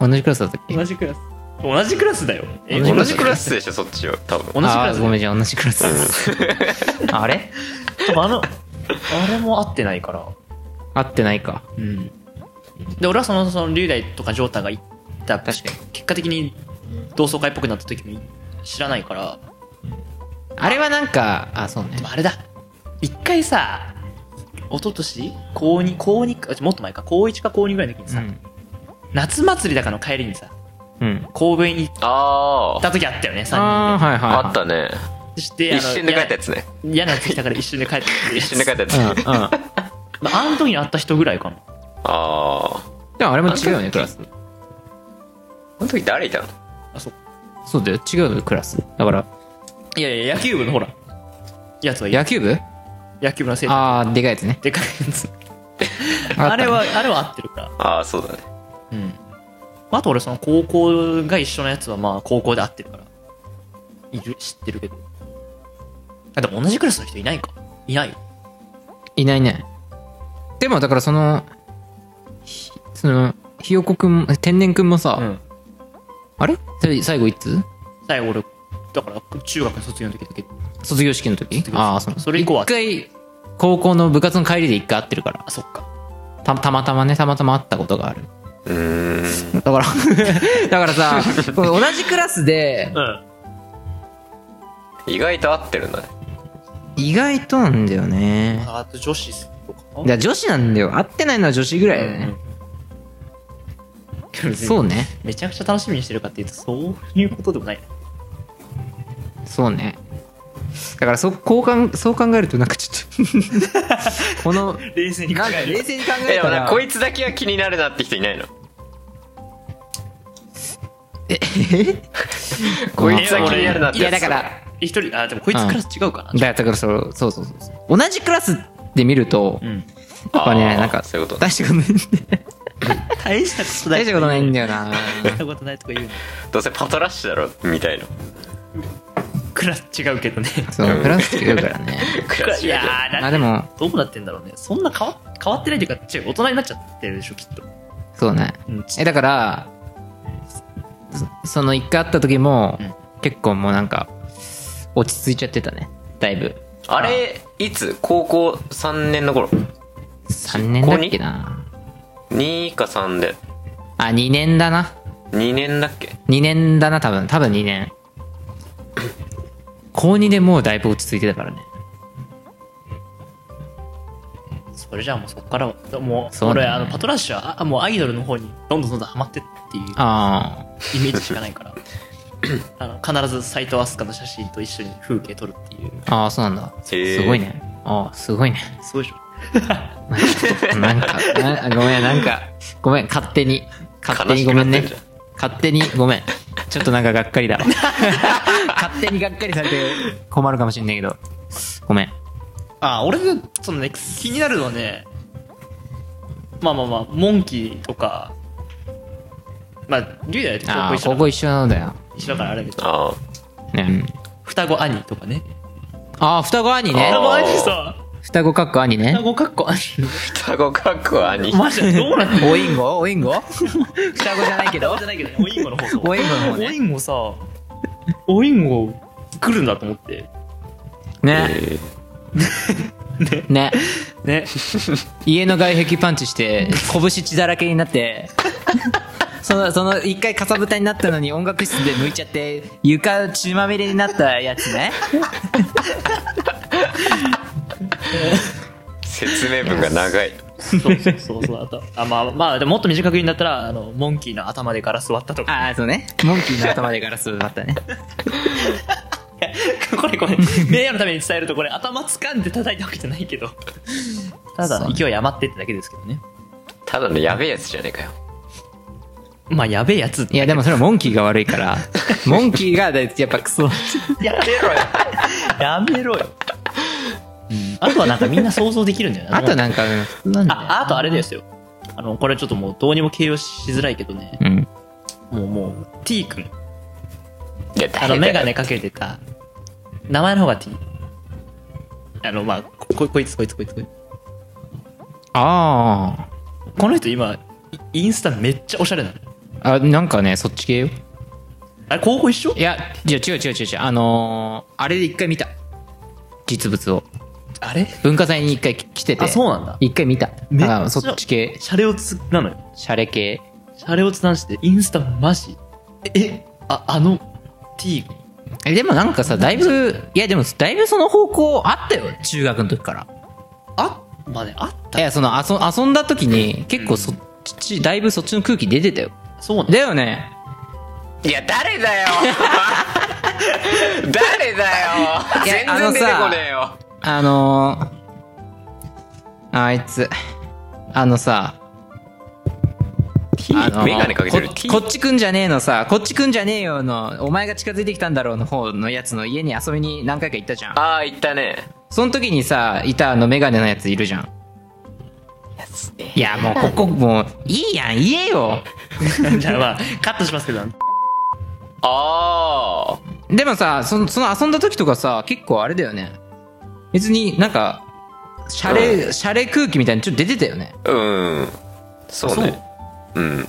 Speaker 3: 同じクラスだったっけ
Speaker 1: 同じクラス同じクラスだよえ
Speaker 2: 同じクラスでしょそっちは多分
Speaker 1: 同じクラス
Speaker 3: あーごめんじゃあ同じク ラス。あれ
Speaker 1: 多分あのあれも合ってないから
Speaker 3: 合ってないか。
Speaker 1: うん、で俺はそのその龍大とかジョータが行った
Speaker 3: 確かに
Speaker 1: 結果的に同窓会っぽくなった時も知らないから
Speaker 3: あれはなんか、あ、そうね
Speaker 1: で。もあれだ一回さ一昨年高2高2かあもっと前か高1か高2ぐらいの時に
Speaker 3: う
Speaker 1: さ、
Speaker 3: ん。
Speaker 1: 夏祭りだかの帰りにさ
Speaker 3: うん。
Speaker 1: 神戸に行っ
Speaker 2: あー
Speaker 1: た時あったよね3
Speaker 3: ああ、
Speaker 1: 人
Speaker 3: はいはい。
Speaker 2: あったね
Speaker 1: でそしてあの
Speaker 2: 一瞬で帰ったやつね
Speaker 1: 嫌嫌なやつ来たから一瞬で帰った
Speaker 2: 一瞬で帰ったやつ
Speaker 3: うん、うん。
Speaker 1: まああの時に会った人ぐらいかな
Speaker 2: ああ
Speaker 3: でもあれも違うよね、クラス。
Speaker 2: この時誰いたの
Speaker 1: あそう
Speaker 3: そうだよ、違うよ、クラス。だから、
Speaker 1: いやいや野球部のほらやつはいる
Speaker 3: 野球部
Speaker 1: 野球部の生徒
Speaker 3: ああ、でかいやつね。
Speaker 1: でかいやつ
Speaker 3: あった
Speaker 1: あれはあれは合ってるから
Speaker 2: ああそうだね
Speaker 1: うん。あと俺その高校が一緒のやつはまあ高校で会ってるから。いる、知ってるけど。あ、でも同じクラスの人いないか。いないよ。
Speaker 3: いないね。でも、だからその、ひその、ひよこくんも、天然くんもさ、
Speaker 1: うん
Speaker 3: あれそれ最後いつ
Speaker 1: 最後俺、だから中学の卒業の時だけ。
Speaker 3: 卒業式の時
Speaker 1: 業式
Speaker 3: ああ、その
Speaker 1: それ以降は
Speaker 3: 一回、高校の部活の帰りで一回会ってるから。
Speaker 1: あ、そっか。
Speaker 3: た、たまたまね、たまたま会ったことがある。
Speaker 2: うーん
Speaker 3: だから、 だからさ、この同じクラスで、
Speaker 1: うん。
Speaker 2: 意外と合ってるんだね
Speaker 3: 意外となんだよね。
Speaker 1: あと女子とか
Speaker 3: いや、女子なんだよ。会ってないのは女子ぐらいだよね。
Speaker 1: うん
Speaker 3: そうね。
Speaker 1: めちゃくちゃ楽しみにしてるかっていうと、そういうことでもない。
Speaker 3: そうね。だからそ、こうかん、そう考えるとなんかちょっ と、この、
Speaker 1: 冷静に考
Speaker 3: なんか
Speaker 1: える。
Speaker 3: 冷静に考
Speaker 2: え
Speaker 3: え
Speaker 2: でも
Speaker 3: た
Speaker 2: な
Speaker 3: ら、
Speaker 2: こいつだけは気になるなって人いないのこいつは気になるなって
Speaker 3: いや、
Speaker 2: やつ
Speaker 3: だから、
Speaker 1: 一人、あ、でもこいつクラス違うかな。
Speaker 3: だからそう、そうそうそうそう。同じクラスで見ると、
Speaker 1: ん
Speaker 3: やっぱ
Speaker 2: あ
Speaker 3: ね、
Speaker 2: ー
Speaker 3: なんか、
Speaker 2: そういうことね
Speaker 3: 大したことないんだよ。
Speaker 1: 大したことない。
Speaker 3: 大したことないんだよな。
Speaker 1: 大したことないとか言うの。
Speaker 2: どうせパトラッシュだろみたいな
Speaker 1: クラス違うけどね。
Speaker 3: そう、クラス違うからね。
Speaker 2: クラッシ
Speaker 1: い
Speaker 2: ュ
Speaker 1: や
Speaker 2: だけ
Speaker 1: ー、
Speaker 3: ま
Speaker 2: ど
Speaker 3: あ
Speaker 1: な
Speaker 3: でも、
Speaker 1: どうなってんだろうね。そんな変わ変わってないというか、違う、大人になっちゃってるでしょ、きっと。
Speaker 3: そうね
Speaker 1: うん。
Speaker 3: え、だから、そその一回会った時も、
Speaker 1: うん
Speaker 3: 結構もうなんか、落ち着いちゃってたね。だいぶ。
Speaker 2: あれいつ高校3年の頃
Speaker 3: 3年だっけな。
Speaker 2: 2か3で
Speaker 3: あ、2年だな。
Speaker 2: 2年だっけ
Speaker 3: 2年だな、多分。多分2年。高2でもうだいぶ落ち着いてたからね。
Speaker 1: それじゃあもうそこからは、もう、
Speaker 3: そうだね
Speaker 1: 俺、あの、パトラッシュは、あもうアイドルの方にどんどんどんどんハマってって いう
Speaker 3: あ
Speaker 1: イメージしかないから、あの、必ず斎藤飛鳥の写真と一緒に風景撮るっていう。
Speaker 3: あ。ああ、そうなんだ。
Speaker 2: へえ
Speaker 3: すごいね。ああ、すごいね。
Speaker 1: そうでしょ。
Speaker 3: なんか、なごめん、なんか、ごめん、勝手に。勝手にごめんね
Speaker 2: 悲しくなってん。
Speaker 3: 勝手にごめん。ちょっとなんかがっかりだ わ。勝手にがっかりされて困るかもしんないけど。ごめん。
Speaker 1: あ、俺が、そのね、気になるのはね、まあまあまあ、モンキーとか、まあ龍だよ
Speaker 3: あ
Speaker 1: 高
Speaker 3: あ、
Speaker 1: 校
Speaker 3: ここ
Speaker 1: 一緒
Speaker 3: 一緒なんだよ。
Speaker 1: 一緒だからあれだけど
Speaker 2: あ
Speaker 3: ね。うん
Speaker 1: 双子兄とかね
Speaker 3: ああ、双子兄ね
Speaker 2: あ。
Speaker 1: 双子兄さ
Speaker 3: 双子かっこ兄ね
Speaker 1: 双。子かっこ兄
Speaker 2: 双子かっこ兄。
Speaker 1: マジでどうなってんの
Speaker 4: おインゴおインゴ双子じゃないけど
Speaker 1: 双子じゃないけどねおインゴの方
Speaker 4: おインゴの方
Speaker 1: おイ
Speaker 4: ね
Speaker 1: ンゴさおインゴ来るんだと思って
Speaker 3: ね。
Speaker 2: えー
Speaker 3: ね。
Speaker 1: ね
Speaker 3: 家の外壁パンチして、拳血だらけになって、 その、その、一回かさぶたになったのに音楽室で抜いちゃって、床血まみれになったやつ ね。
Speaker 2: 説明文が長い。
Speaker 1: そうそうそうそうあとあまあまあでももっと短く言うんだったらあのモンキーの頭でガラス割ったとか
Speaker 3: ああ、そうね。モンキーの頭でガラス割ったね。
Speaker 1: これこれ名誉のために伝えるとこれ頭掴んで叩いたわけじゃないけどただ勢い余ってってだけですけどね
Speaker 2: ただのやべえやつじゃねえかよ。
Speaker 1: まあやべえやつ
Speaker 3: いや、でもそれはモンキーが悪い から、モンキーが、だやっぱクソ。
Speaker 1: やめろよ やめろよ、うん、あとはなんかみんな想像できるんだよね
Speaker 3: あとなんか、うん普通なんだよ
Speaker 1: ああとあれですよあのこれちょっともうどうにも形容しづらいけどね
Speaker 3: うん。
Speaker 1: もうもう T 君
Speaker 2: いや、
Speaker 1: あの
Speaker 2: 誰
Speaker 1: 眼
Speaker 2: だよ
Speaker 1: 鏡かけてた名前の方が T あのまあここいつこいつこいつこいつ
Speaker 3: あ
Speaker 1: この人今イインスタめっちゃおしゃれなの
Speaker 3: あ。あ、なんかね、そっち系よ。
Speaker 1: あれ高校一緒
Speaker 3: いや、いや違う違う違う違う。あのー、あれで一回見た。実物を。
Speaker 1: あれ
Speaker 3: 文化祭に一回き来てて。
Speaker 1: あそうなんだ
Speaker 3: 一回見た。
Speaker 1: めっちゃ
Speaker 3: あそっち系、
Speaker 1: シャレオツなのよ
Speaker 3: シャレ系。
Speaker 1: シャレオツ男子でインスタマジええああの T
Speaker 3: え、でもなんかさ、だいぶ、いやでも、だいぶその方向あったよ。中学の時から。
Speaker 1: あまあねあった
Speaker 3: いや、その、遊遊んだ時に、結構そっち、だいぶそっちの空気出てたよ。
Speaker 1: そうなんだ
Speaker 3: だよね。
Speaker 2: いや、誰だよ誰だよ
Speaker 3: いや
Speaker 2: 全
Speaker 3: あの
Speaker 2: 然
Speaker 3: さ
Speaker 2: 出てこねえよ。
Speaker 3: あのー、あいつ、あのさ、あのー
Speaker 2: メガネかけてる
Speaker 3: こ。こっちくんじゃねえのさ、こっちくんじゃねえよの、お前が近づいてきたんだろうの方のやつの家に遊びに何回か行ったじゃん。
Speaker 2: ああ、言ったね。
Speaker 3: その時にさ、いたあのメガネのやついるじゃん。いや、もうここ、もう、いいやん、言えよ。
Speaker 1: じゃあまあカットしますけど
Speaker 2: ああ。
Speaker 3: でもさ、その、その遊んだ時とかさ、結構あれだよね。別になんか、シャレ、シャレ空気みたいにちょっと出てたよね。
Speaker 2: うん。そうね。うん。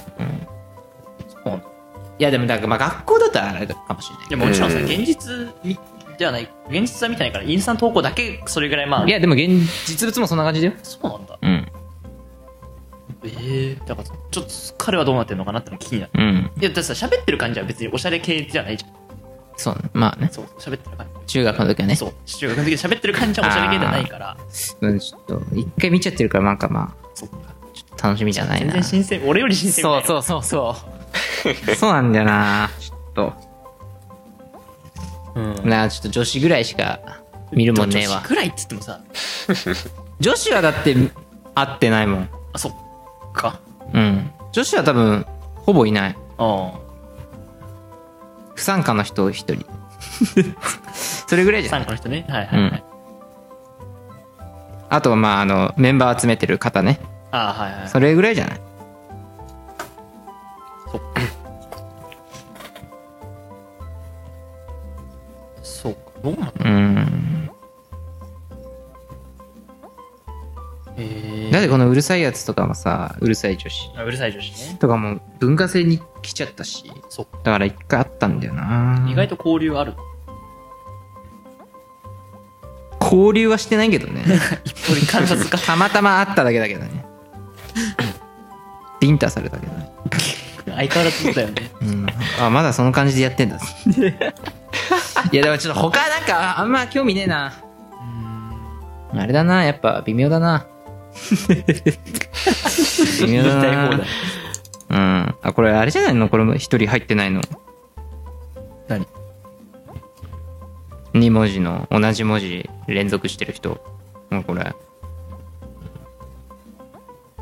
Speaker 3: いや、でもなんか、まあ学校だったらあれかもしれない
Speaker 1: いやもちろんさ
Speaker 2: うん
Speaker 1: 現実みじゃない現実は見てないからインスタント投稿だけそれぐらいまあ
Speaker 3: いや、でも現、実物もそんな感じだよ。
Speaker 1: そうなんだ
Speaker 3: うん。
Speaker 1: ええだからちょっと彼はどうなってるのかなってのが気になる
Speaker 3: うん。
Speaker 1: いやだってさ喋ってる感じは別におしゃれ系じゃないじゃん
Speaker 3: そう、まあね。
Speaker 1: そう喋ってる感
Speaker 3: 中学の時はね。
Speaker 1: じそう中学の時喋ってる感じはおしゃれ系じゃないから
Speaker 3: うん、ちょっと、一回見ちゃってるから、なんかまあ、
Speaker 1: そうか
Speaker 3: ちょっと楽しみじゃない
Speaker 1: 全
Speaker 3: な。
Speaker 1: 然新鮮俺より新鮮
Speaker 3: そう
Speaker 1: う
Speaker 3: そうそうそう。そうなんだよな。ちょっと。
Speaker 1: うん
Speaker 3: なあ、ちょっと女子ぐらいしか見るもんねえ
Speaker 1: 女
Speaker 3: わ
Speaker 1: 子。くらいっつってもさ
Speaker 3: 女子はだって会ってないもん。
Speaker 1: あそっか
Speaker 3: うん。女子は多分、ほぼいない。
Speaker 1: うん
Speaker 3: 不参加の人一人。 それぐらいじゃな
Speaker 1: 参
Speaker 3: い
Speaker 1: 加の人ねはいはいはい、
Speaker 3: うんあとはまあ、あの、メンバー集めてる方ね。
Speaker 1: ああはいはい
Speaker 3: それぐらいじゃない
Speaker 1: そうかどうなんだ
Speaker 3: うん。
Speaker 1: へえ
Speaker 3: だってこのうるさいやつとかもさ、うるさい女子。
Speaker 1: あうるさい女子ね
Speaker 3: とかも文化祭に来ちゃったし。
Speaker 1: そう
Speaker 3: だから一回あったんだよな
Speaker 1: 意外と交流ある
Speaker 3: 交流はしてないけどね。
Speaker 1: 一方に観察か
Speaker 3: たまたま会っただけだけどね。ビンタされたけどね。
Speaker 1: 相変わらずだよね
Speaker 3: うん、あまだその感じでやって んだいやでもちょっと他なんかあんま興味ねえなあれだなやっぱ微妙だな微妙だ
Speaker 1: 言いたい
Speaker 3: な
Speaker 1: 放題
Speaker 3: うんあこれあれじゃないのこれも一人入ってないの
Speaker 1: 何
Speaker 3: 2文字の同じ文字連続してる人もうこれ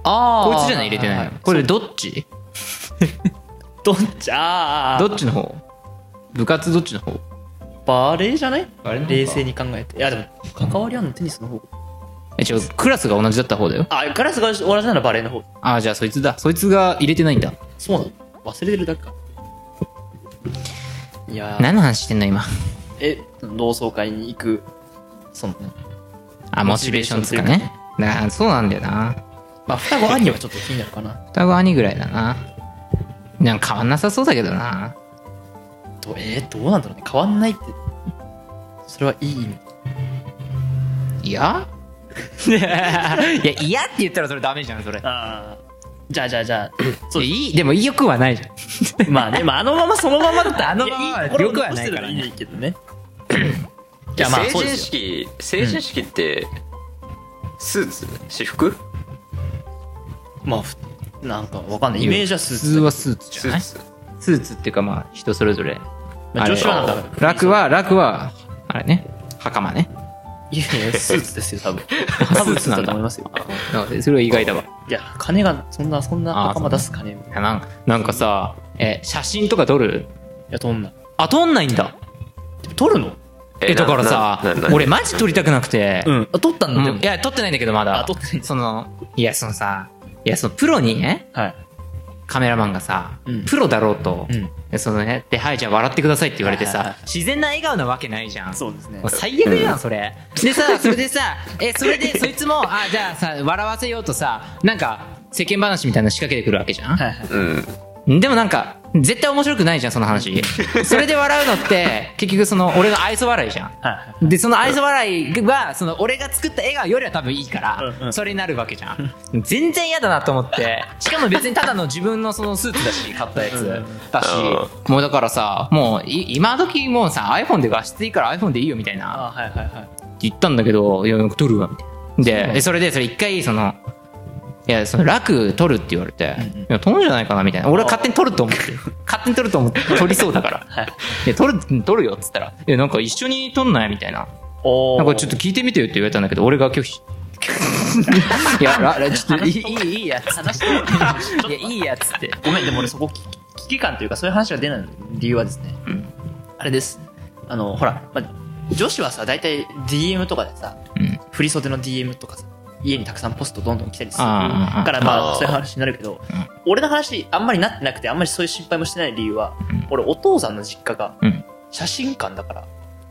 Speaker 1: あ
Speaker 3: こいつじゃない入れてないの、これどっち
Speaker 1: どっちああ
Speaker 3: どっちの方部活どっちの方
Speaker 1: バレーじゃない
Speaker 3: バレーの方か
Speaker 1: 冷静に考えていやでも関わりあんのテニスの方
Speaker 3: え違うクラスが同じだった方だよ
Speaker 1: あガラスが同じならバレーの方
Speaker 3: ああじゃあそいつだそいつが入れてないんだ
Speaker 1: そうなの忘れてるだけかいやー
Speaker 3: 何の話してんの今
Speaker 1: え同窓会に行くその
Speaker 3: あモチベーションつかねだからそうなんだよな
Speaker 1: まあ双子兄はちょっと気になるかな
Speaker 3: 双子兄ぐらいだななんか変わんなさそうだけどな
Speaker 1: どえーどうなんだろうね変わんないってそれはいい意味
Speaker 3: いや いや嫌って言ったらそれダメじゃんそれ
Speaker 1: ああじゃあじゃあじゃ あそう
Speaker 3: いいでも良くはないじゃん
Speaker 1: まあね、 まあ、あのままそのままだったら
Speaker 3: あのままは
Speaker 1: やい
Speaker 3: い
Speaker 1: い
Speaker 3: 良くはないからね
Speaker 1: いいけど ね
Speaker 2: い
Speaker 1: じゃ
Speaker 2: や
Speaker 1: あまあ
Speaker 2: 成
Speaker 1: そうで
Speaker 2: 人
Speaker 1: すよ
Speaker 2: 式、成人式って、スーツ私服
Speaker 1: まあふなんかわかんないイメージはスー
Speaker 3: 普
Speaker 1: ツ
Speaker 3: 通はスーツじ
Speaker 2: ス
Speaker 3: ゃな
Speaker 2: ー
Speaker 3: い
Speaker 2: ツ。
Speaker 3: スーツっていうかまあ人それぞれ
Speaker 1: まあ女子はなんか
Speaker 3: 楽は楽はあれね袴ね
Speaker 1: いやいやスーツですよ 多分多分スーツだと思いますよ
Speaker 3: なんかそれは意外だわ
Speaker 1: いや金がそんなそんな
Speaker 3: あー
Speaker 1: 袴出す金い
Speaker 3: なんなんかさえ写真とか撮る
Speaker 1: やとんな
Speaker 3: あ撮んないんだ
Speaker 1: 取るの
Speaker 3: えだからさ
Speaker 2: ななな
Speaker 3: 俺マジ撮りたくなくて、
Speaker 1: んあ取ったんだで
Speaker 3: う
Speaker 1: も
Speaker 3: んいや撮ってないんだけどまだ
Speaker 1: あ撮ってないんだ
Speaker 3: そのいやそのさいやそのプロにね
Speaker 1: はい
Speaker 3: カメラマンがさ、
Speaker 1: うん
Speaker 3: プロだろうと、
Speaker 1: うん
Speaker 3: でそのねではいじゃあ笑ってくださいって言われて
Speaker 1: はいはい
Speaker 3: さ
Speaker 1: は
Speaker 3: 自然な笑顔なわけないじゃん
Speaker 1: そうですね
Speaker 3: もう最悪じゃん、それ。でさ、それでさ、え、それで、 そいつも、あ、じゃあさ、笑わせようとさ、なんか、世間話みたいなの仕掛けてくるわけじゃん、
Speaker 1: はいはい
Speaker 2: うん。
Speaker 3: でもなんか、絶対面白くないじゃん、その 話。それで笑うのって、結局その、俺の愛想笑いじゃん。
Speaker 1: はいはい
Speaker 3: で、その愛想笑いは、その、俺が作った笑顔よりは多分いいから
Speaker 1: うんう、ん
Speaker 3: それになるわけじゃん。全然嫌だなと思って、しかも別にただの自分のそのスーツだし、買ったやつだし、もうだからさ、もうい、今時もうさ、iPhone で画質いいから iPhone でいいよみたいな。
Speaker 1: あーはいはいはい
Speaker 3: って言ったんだけど、いや、なんか取るわ、みたいな。で、えそれで、それ一回、その、いや、その、楽取るって言われて、いや、取るんじゃないかな、みたいな。俺は勝手に取ると 思ってる。勝手に取ると思って、取りそうだから。
Speaker 1: はい
Speaker 3: いや、取る、うん取るよ、っつったら。いや、なんか一緒に取んないみたいな。
Speaker 1: お
Speaker 3: なんかちょっと聞いてみてよって言われたんだけど、俺が拒否。 いや、ららちょっと、 いい、いい、いいや、つって。 いや、いいや、つって。
Speaker 1: ごめんでも俺そこき危機感というかそういう話が出ない理由はですね、あれですあのほら、まあ、女子はさ大体 DM とかでさ、
Speaker 3: うん
Speaker 1: 振り袖の DM とかさ家にたくさんポストどんどん来たりする
Speaker 3: あー
Speaker 1: からま
Speaker 2: あ
Speaker 1: あ
Speaker 2: ー
Speaker 1: そういう話になるけど、俺の話あんまりなってなくてあんまりそういう心配もしてない理由は、俺お父さんの実家が
Speaker 3: うん
Speaker 1: 写真館だから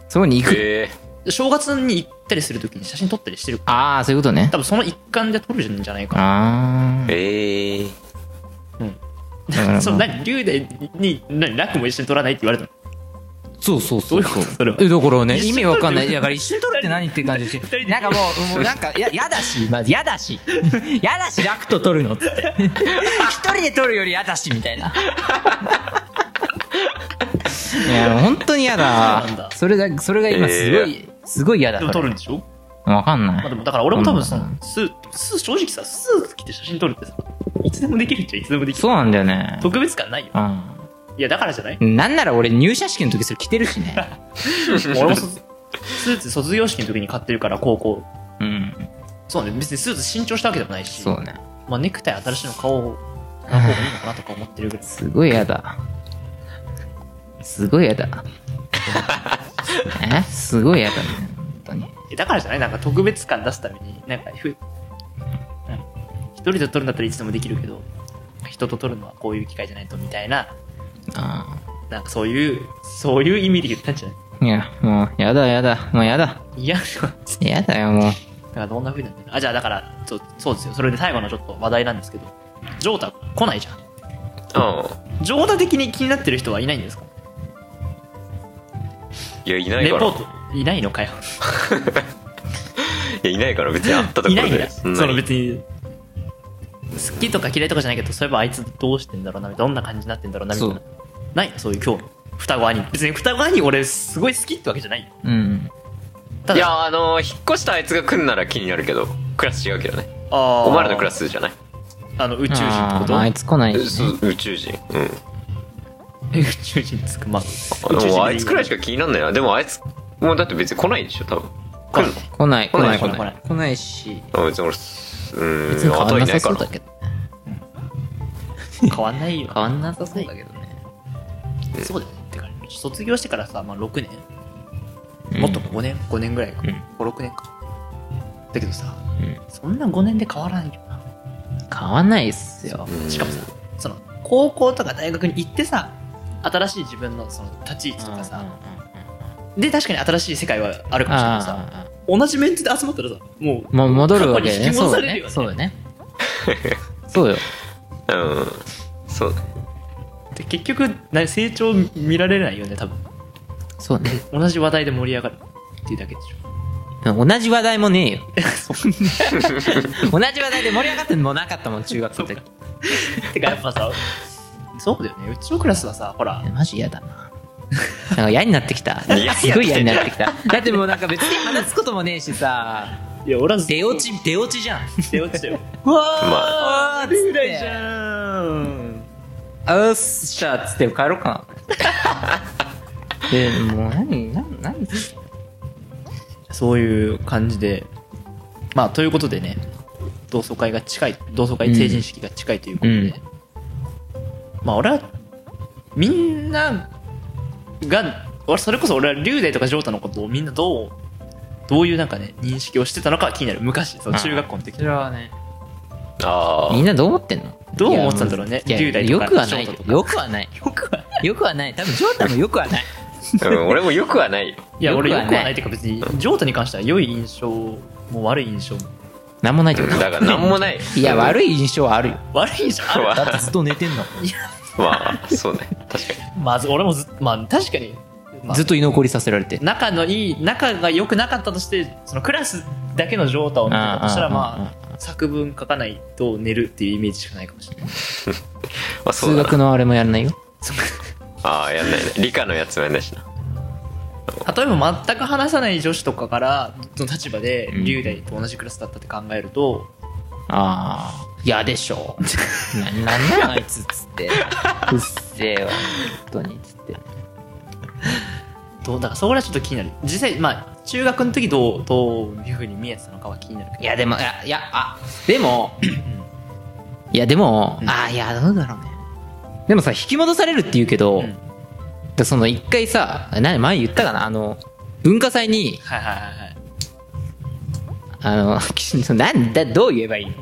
Speaker 3: そこに行く。
Speaker 2: え
Speaker 1: 正月に行ったりするときに写真撮ったりしてる
Speaker 3: ああ、そういうことね
Speaker 1: 多。分その一環で撮るんじゃないかな
Speaker 3: あ
Speaker 2: ー、えー、
Speaker 3: だから
Speaker 1: そう何龍大に何楽も一緒に撮らないって言われたの
Speaker 3: あ。そうそうそう。
Speaker 1: どういうことそれは
Speaker 3: えだからね
Speaker 1: 一緒
Speaker 3: 意
Speaker 1: に
Speaker 3: 味わかんない
Speaker 1: 撮る
Speaker 3: だから一緒に撮るって何って感じで
Speaker 1: 人で
Speaker 3: なんかもうもうなんかややだしまずやだ しやだし楽と撮るのっつって 一人で撮るよりやだしみたい ないやもう本当にやだ
Speaker 1: そうなんだ
Speaker 3: それだそれが今すごい、すごい嫌だ
Speaker 1: でも撮
Speaker 3: そ
Speaker 1: る
Speaker 3: れ
Speaker 1: んでしょ
Speaker 3: わかんな
Speaker 1: まあで
Speaker 3: い
Speaker 1: もだから俺も多分
Speaker 3: そ
Speaker 1: そうのスースー正直さスーツ着て写真撮るってさいつでもできるっちゃいつでもできる
Speaker 3: そうなんだよね
Speaker 1: 特別感ないよ
Speaker 3: う
Speaker 1: いやだからじゃない
Speaker 3: んなんなら俺入社式の時それ着てるしね
Speaker 1: 俺も卒スーツ卒業式の時に買ってるから高校
Speaker 3: うん
Speaker 1: そうね別にスーツ新調したわけでもないし
Speaker 3: そうね
Speaker 1: まあネクタイ新しいの買おう買う方がいいのかなとか思ってるぐらい
Speaker 3: すごいやだ。すごいや だ。えすごいやだね。本当に。
Speaker 1: いやだからじゃないなんか特別感出すためになんかふなんか一人で撮るんだったらいつでもできるけど人と撮るのはこういう機会じゃないとみたいな
Speaker 3: あ
Speaker 1: なんかそういうそういう意味で言ったんじゃない
Speaker 3: あ。いや、もう、やだやだ。もうやだ。
Speaker 1: いや
Speaker 3: やだよ、もう。
Speaker 1: だからどんな風になってるあ、じゃあだから、そうそうですよ。それで最後のちょっと話題なんですけど、ジョータ来ないじゃん。
Speaker 2: うん。
Speaker 1: ジョータ的に気になってる人はいないんですか
Speaker 2: いや、いない
Speaker 1: レポ
Speaker 2: から。
Speaker 1: ート、いないのかよ。
Speaker 2: いや、いないから、別に会ったところ
Speaker 1: い
Speaker 2: で。
Speaker 1: ないんだ。そ
Speaker 2: んなに
Speaker 1: の別に、好きとか嫌いとかじゃないけど、そういえばあいつどうしてんだろうな、どんな感じになってんだろうな、みたい
Speaker 3: そ
Speaker 1: な
Speaker 3: う。
Speaker 1: ないそういう今日の双子兄。別に双子兄俺すごい好きってわけじゃないよ。
Speaker 3: うん。
Speaker 1: ただ、
Speaker 2: いや、あのー、引っ越したあいつが来んなら気になるけど、クラス違うけどね。
Speaker 1: あー
Speaker 2: お前らのクラスじゃない
Speaker 1: あの、宇宙人って
Speaker 3: あ
Speaker 1: こ
Speaker 3: ーま
Speaker 1: と
Speaker 3: ああいつ来ない
Speaker 2: え
Speaker 3: し、
Speaker 2: そ
Speaker 3: ね。
Speaker 2: う宇宙人。うん。
Speaker 1: え宇宙人つく、まあ、
Speaker 2: あ
Speaker 1: 宇宙人でいい
Speaker 2: のあいつくらいしか気になんないな。でもあいつ、もうだって別に来ないでしょ、多分。来る
Speaker 3: 来ない、来
Speaker 2: 来
Speaker 3: な、
Speaker 2: ないい
Speaker 3: 来
Speaker 1: 来
Speaker 3: な。
Speaker 1: ないい
Speaker 3: 来ないし。
Speaker 2: のあ別に俺、
Speaker 3: 別に
Speaker 2: うーん、
Speaker 3: 変
Speaker 2: 後
Speaker 3: わ
Speaker 2: は
Speaker 3: んな
Speaker 2: いな
Speaker 3: さ
Speaker 2: いか
Speaker 3: そう
Speaker 2: ら
Speaker 3: だ。けど。
Speaker 1: 変わんないよ。
Speaker 3: 変わんなさそうだけどね。
Speaker 1: そうだよね。てか、卒業してからさ、まあ6年、
Speaker 3: うん
Speaker 1: もっと5年 ?5 年ぐらいか。
Speaker 3: うん
Speaker 1: 5、6年か。だけどさ、
Speaker 3: うん
Speaker 1: そんな5年で変わらないよな。
Speaker 3: 変わんないっすよ。
Speaker 1: しかもさ、その、高校とか大学に行ってさ新しい自分のその立ち位置とかさ、で確かに新しい世界はあるかもしれないさ
Speaker 3: あ
Speaker 1: 同じメンツで集まったらさも
Speaker 3: ーまあ戻るわけ
Speaker 1: 過去に
Speaker 3: ね
Speaker 1: 引き
Speaker 3: そ
Speaker 1: 戻
Speaker 3: う
Speaker 1: さ
Speaker 3: だ
Speaker 1: れる
Speaker 3: ね
Speaker 1: よね
Speaker 3: そうだねそうよ
Speaker 2: うん。そうね。
Speaker 1: うで結局な成長見られないよね多分
Speaker 3: そうね
Speaker 1: 同じ話題で盛り上がるっていうだけでしょ
Speaker 3: 同じ話題もねえよ同じ話題で盛り上がってんのもなかったもん中学校の時
Speaker 1: てかやっぱ さそうだよねうちのクラスはさほら
Speaker 3: マジ嫌だな。なんか嫌になってきた。
Speaker 2: 嫌
Speaker 3: すごい嫌になってきた。だってもうなんか別に話すこともねえしさ、
Speaker 1: いや俺は
Speaker 3: 出落ち、出落ちじゃん。
Speaker 1: 出落ちだよ
Speaker 3: うわ
Speaker 2: ま
Speaker 3: ーっつ
Speaker 1: ぐ
Speaker 3: っ
Speaker 1: らいじ
Speaker 3: て、
Speaker 1: ゃ ん
Speaker 3: あーっしゃーっつって帰ろうかな。で、もう何、何、何
Speaker 1: そういう感じでまあということでね同窓会が近い同窓会成人式が近いということで、
Speaker 3: うん
Speaker 1: まあ俺はみんなが俺それこそ俺は龍大とか城太のことをみんなどうどういうなんかね認識をしてたのかは気になる昔その中学校の時
Speaker 3: それはね、
Speaker 2: あ
Speaker 3: みんなどう思ってんの
Speaker 1: どう思ってたんだろうね
Speaker 3: いや
Speaker 1: 龍大と
Speaker 3: よ
Speaker 1: か
Speaker 3: くはない
Speaker 1: 翔
Speaker 3: よ
Speaker 1: 太と。か
Speaker 3: よくはない。
Speaker 1: よくは
Speaker 3: よくはない。多分、ジョータもよくはない。
Speaker 2: あ。うん、俺もよくはないよ。
Speaker 1: いや俺
Speaker 3: よ
Speaker 1: よ
Speaker 3: く
Speaker 1: く
Speaker 3: は
Speaker 1: はな
Speaker 3: ない
Speaker 1: いっていうか別に城太に関しては良い印象も悪い印象も
Speaker 3: なんもないってこと
Speaker 2: だからなんもない。
Speaker 3: いや、悪い印象はあるよ。
Speaker 1: 悪い印象 ある
Speaker 3: だってずっと寝てんの。
Speaker 2: まあ、そうね。確かに。
Speaker 1: まあ俺もずっまあ確かに、まあ
Speaker 3: ずっと居残りさせられて。
Speaker 1: 仲のいい仲が良くなかったとしてそのクラスだけの状態を見てたとしたら
Speaker 3: うんうんうんうん
Speaker 1: まあ作文書かないと寝るっていうイメージしかないかもしれない
Speaker 2: まあ、
Speaker 3: 数
Speaker 2: そうだな。
Speaker 3: 学のあれもやらないよ。
Speaker 2: ああ、やんないね。理科のやつもやんないしな。
Speaker 1: 例えば全く話さない女子とかからの立場で
Speaker 3: うん
Speaker 1: 龍大と同じクラスだったって考えると、
Speaker 3: ああ、嫌でしょ。 な、なんなんあいつっつって。うっせえわ、本当に。つって。
Speaker 1: どうだからそこらちょっと気になる実際まあ中学の時どうどういうふうに見えてたのかは気になるけ
Speaker 3: いや、でも、いや、いや、あ、でも、いや、でも、ああ、いや、どうだろうね。でもさ、引き戻されるって言うけど、
Speaker 1: ん
Speaker 3: でその一回さ、な前言ったかなあの、文化祭に
Speaker 1: ど、はいはいはいはい
Speaker 3: あの、その なんだ、どう言えばいいの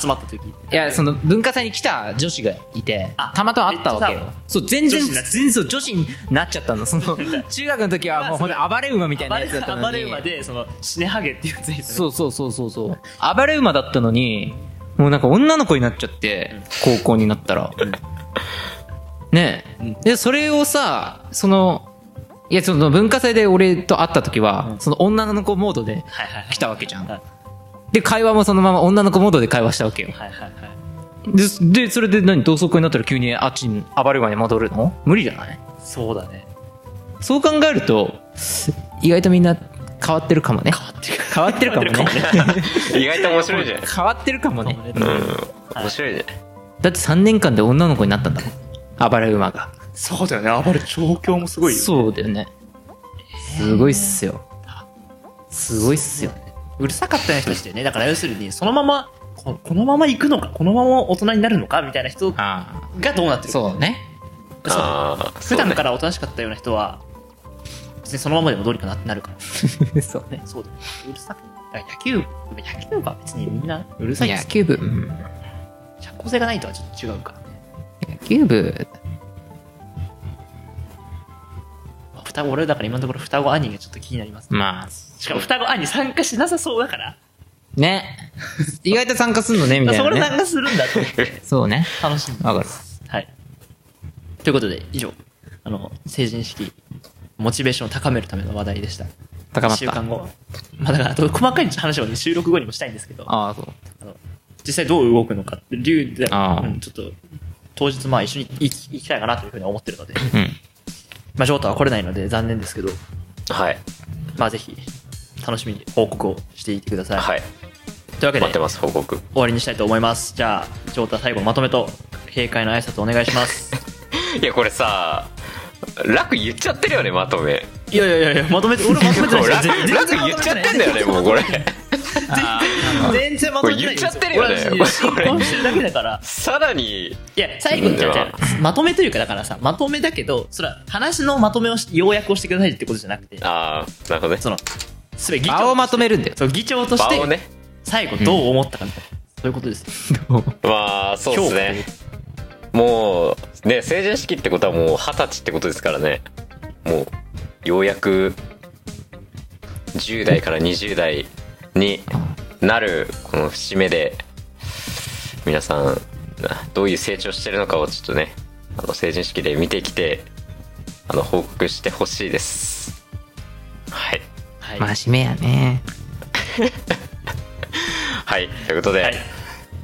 Speaker 1: 集まった時
Speaker 3: いや、その文化祭に来た女子がいて
Speaker 1: あ、
Speaker 3: たまたま会ったわけ
Speaker 1: えっと
Speaker 3: よ
Speaker 1: さ。
Speaker 3: そう、全然、
Speaker 1: 女子になっちゃった
Speaker 3: 全然そう女子になっちゃったの。その、中学の時はもうほんと暴れ馬みたい
Speaker 1: 暴
Speaker 3: な
Speaker 1: れ
Speaker 3: やつだったの
Speaker 1: 暴
Speaker 3: に。
Speaker 1: れ馬でその死ねはげっていうやつです
Speaker 3: そうそうそうそうそう。暴れ馬だったのに、もうなんか女の子になっちゃって、高校になったら。ねえ。で、それをさ、その、いや、その文化祭で俺と会った時は、その女の子モードで
Speaker 1: はいはいはい
Speaker 3: 来たわけじゃん
Speaker 1: はい。
Speaker 3: で、会話もそのまま女の子モードで会話したわけよ。
Speaker 1: はいはいはい
Speaker 3: で、でそれで何同窓会になったら急にあっちに暴れ馬に戻るの無理じゃない
Speaker 1: そうだね
Speaker 3: そう考えると、意外とみんな変わってるかもね。変わってるかもね。
Speaker 2: 意外と面白いじゃん。
Speaker 3: 変わってるかもね。
Speaker 2: うん。面白いね。
Speaker 3: だって3年間で女の子になったんだもん。暴れ馬が。
Speaker 1: そうだよね暴れ調教もすごいよ
Speaker 3: そうだよね。すごいっすよ。すごいっすよ。
Speaker 1: うるさかったような人たちだよねだから要するにそのままここのまま行くのかこのまま大人になるのかみたいな人が
Speaker 3: あ
Speaker 1: どうなっ
Speaker 3: あ
Speaker 1: てるか
Speaker 3: そうね。
Speaker 2: ああ、
Speaker 1: 普
Speaker 2: そう
Speaker 1: 段
Speaker 2: ね
Speaker 1: か。らおとなしかったような人は別にそのままでもどうにかななるから
Speaker 3: そうね。
Speaker 1: そうだよねうるさくだから野球部野球部は別にみんなうるさいで
Speaker 3: 野
Speaker 1: す
Speaker 3: 球部、うん
Speaker 1: 社交性がないとはちょっと違うからね、
Speaker 3: 野球部、
Speaker 1: まあ双子俺だから今のところ双子兄がちょっと気になります
Speaker 3: まあ、
Speaker 1: しかも双子兄参加しなさそうだから、
Speaker 3: ね。意外と参加すん のね、み
Speaker 1: まあ
Speaker 3: たい
Speaker 1: それ
Speaker 3: な、
Speaker 1: 参
Speaker 3: ね。
Speaker 1: 加するんだと思って
Speaker 3: そうね。
Speaker 1: 楽しみ
Speaker 3: わかる。
Speaker 1: はい。ということで、以上、あの、成人式、モチベーションを高めるための話題でした。
Speaker 3: 高まっ
Speaker 1: 一週間
Speaker 3: た。
Speaker 1: 後。まあだから、あと細かい話をね、収録後にもしたいんですけど、あ
Speaker 3: ああ、そう。
Speaker 1: の、実際どう動くのかって、竜で、
Speaker 3: ああ
Speaker 1: うん、ちょっと、当日まあ一緒に行き行きたいかなというふうに思ってるので、
Speaker 3: うん。
Speaker 1: まあジョータは来れないので残念ですけど、
Speaker 2: はい。
Speaker 1: まあぜひ、楽しみに報告をしていってください。
Speaker 2: はい。
Speaker 1: というわけ
Speaker 2: 待っ
Speaker 1: で、
Speaker 2: てます、報告。
Speaker 1: 終わりにしたいと思います。じゃあ、ジョータ最後まとめと、閉会の挨拶お願いします。
Speaker 2: いや、これさ、楽言っちゃってるよね、まとめ。
Speaker 1: いやいやいやいや、まとめて、俺まとめてない
Speaker 2: もう
Speaker 1: ですよ
Speaker 2: 楽
Speaker 1: 全然
Speaker 2: 楽言っちゃってんだよね、もうこれ。
Speaker 1: 全然まとめてない
Speaker 2: これ言っちゃってるよね
Speaker 1: 俺は進行してるだけだから。
Speaker 2: さらに、
Speaker 1: いや、最後にじゃあ
Speaker 2: うん
Speaker 1: じゃあまとめというか、だからさ、まとめだけど、それは話のまとめをし、要約をしてくださいってことじゃなくて、
Speaker 2: ああ、なるほどね。
Speaker 1: その、すべて議
Speaker 3: 場を
Speaker 1: 長、
Speaker 3: まとめるんだよ。
Speaker 1: そう、議長とし
Speaker 2: 場を
Speaker 1: て、
Speaker 2: ね。
Speaker 1: 最後どう思ったかみたいな、そういうことです。
Speaker 2: まあ、そうですね。もう、ね、成人式ってことはもう二十歳ってことですからね。もう、ようやく、10代から20代になる、この節目で、皆さん、どういう成長してるのかをちょっとね、あの、成人式で見てきて、あの、報告してほしいです。はい。
Speaker 1: はい、
Speaker 3: 真面目やね
Speaker 2: はい。ということで、
Speaker 1: はい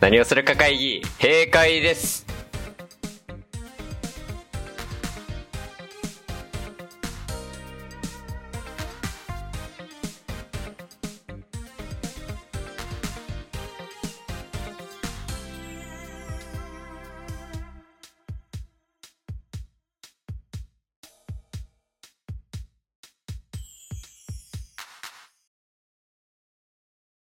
Speaker 2: 何をするか会議、閉会です。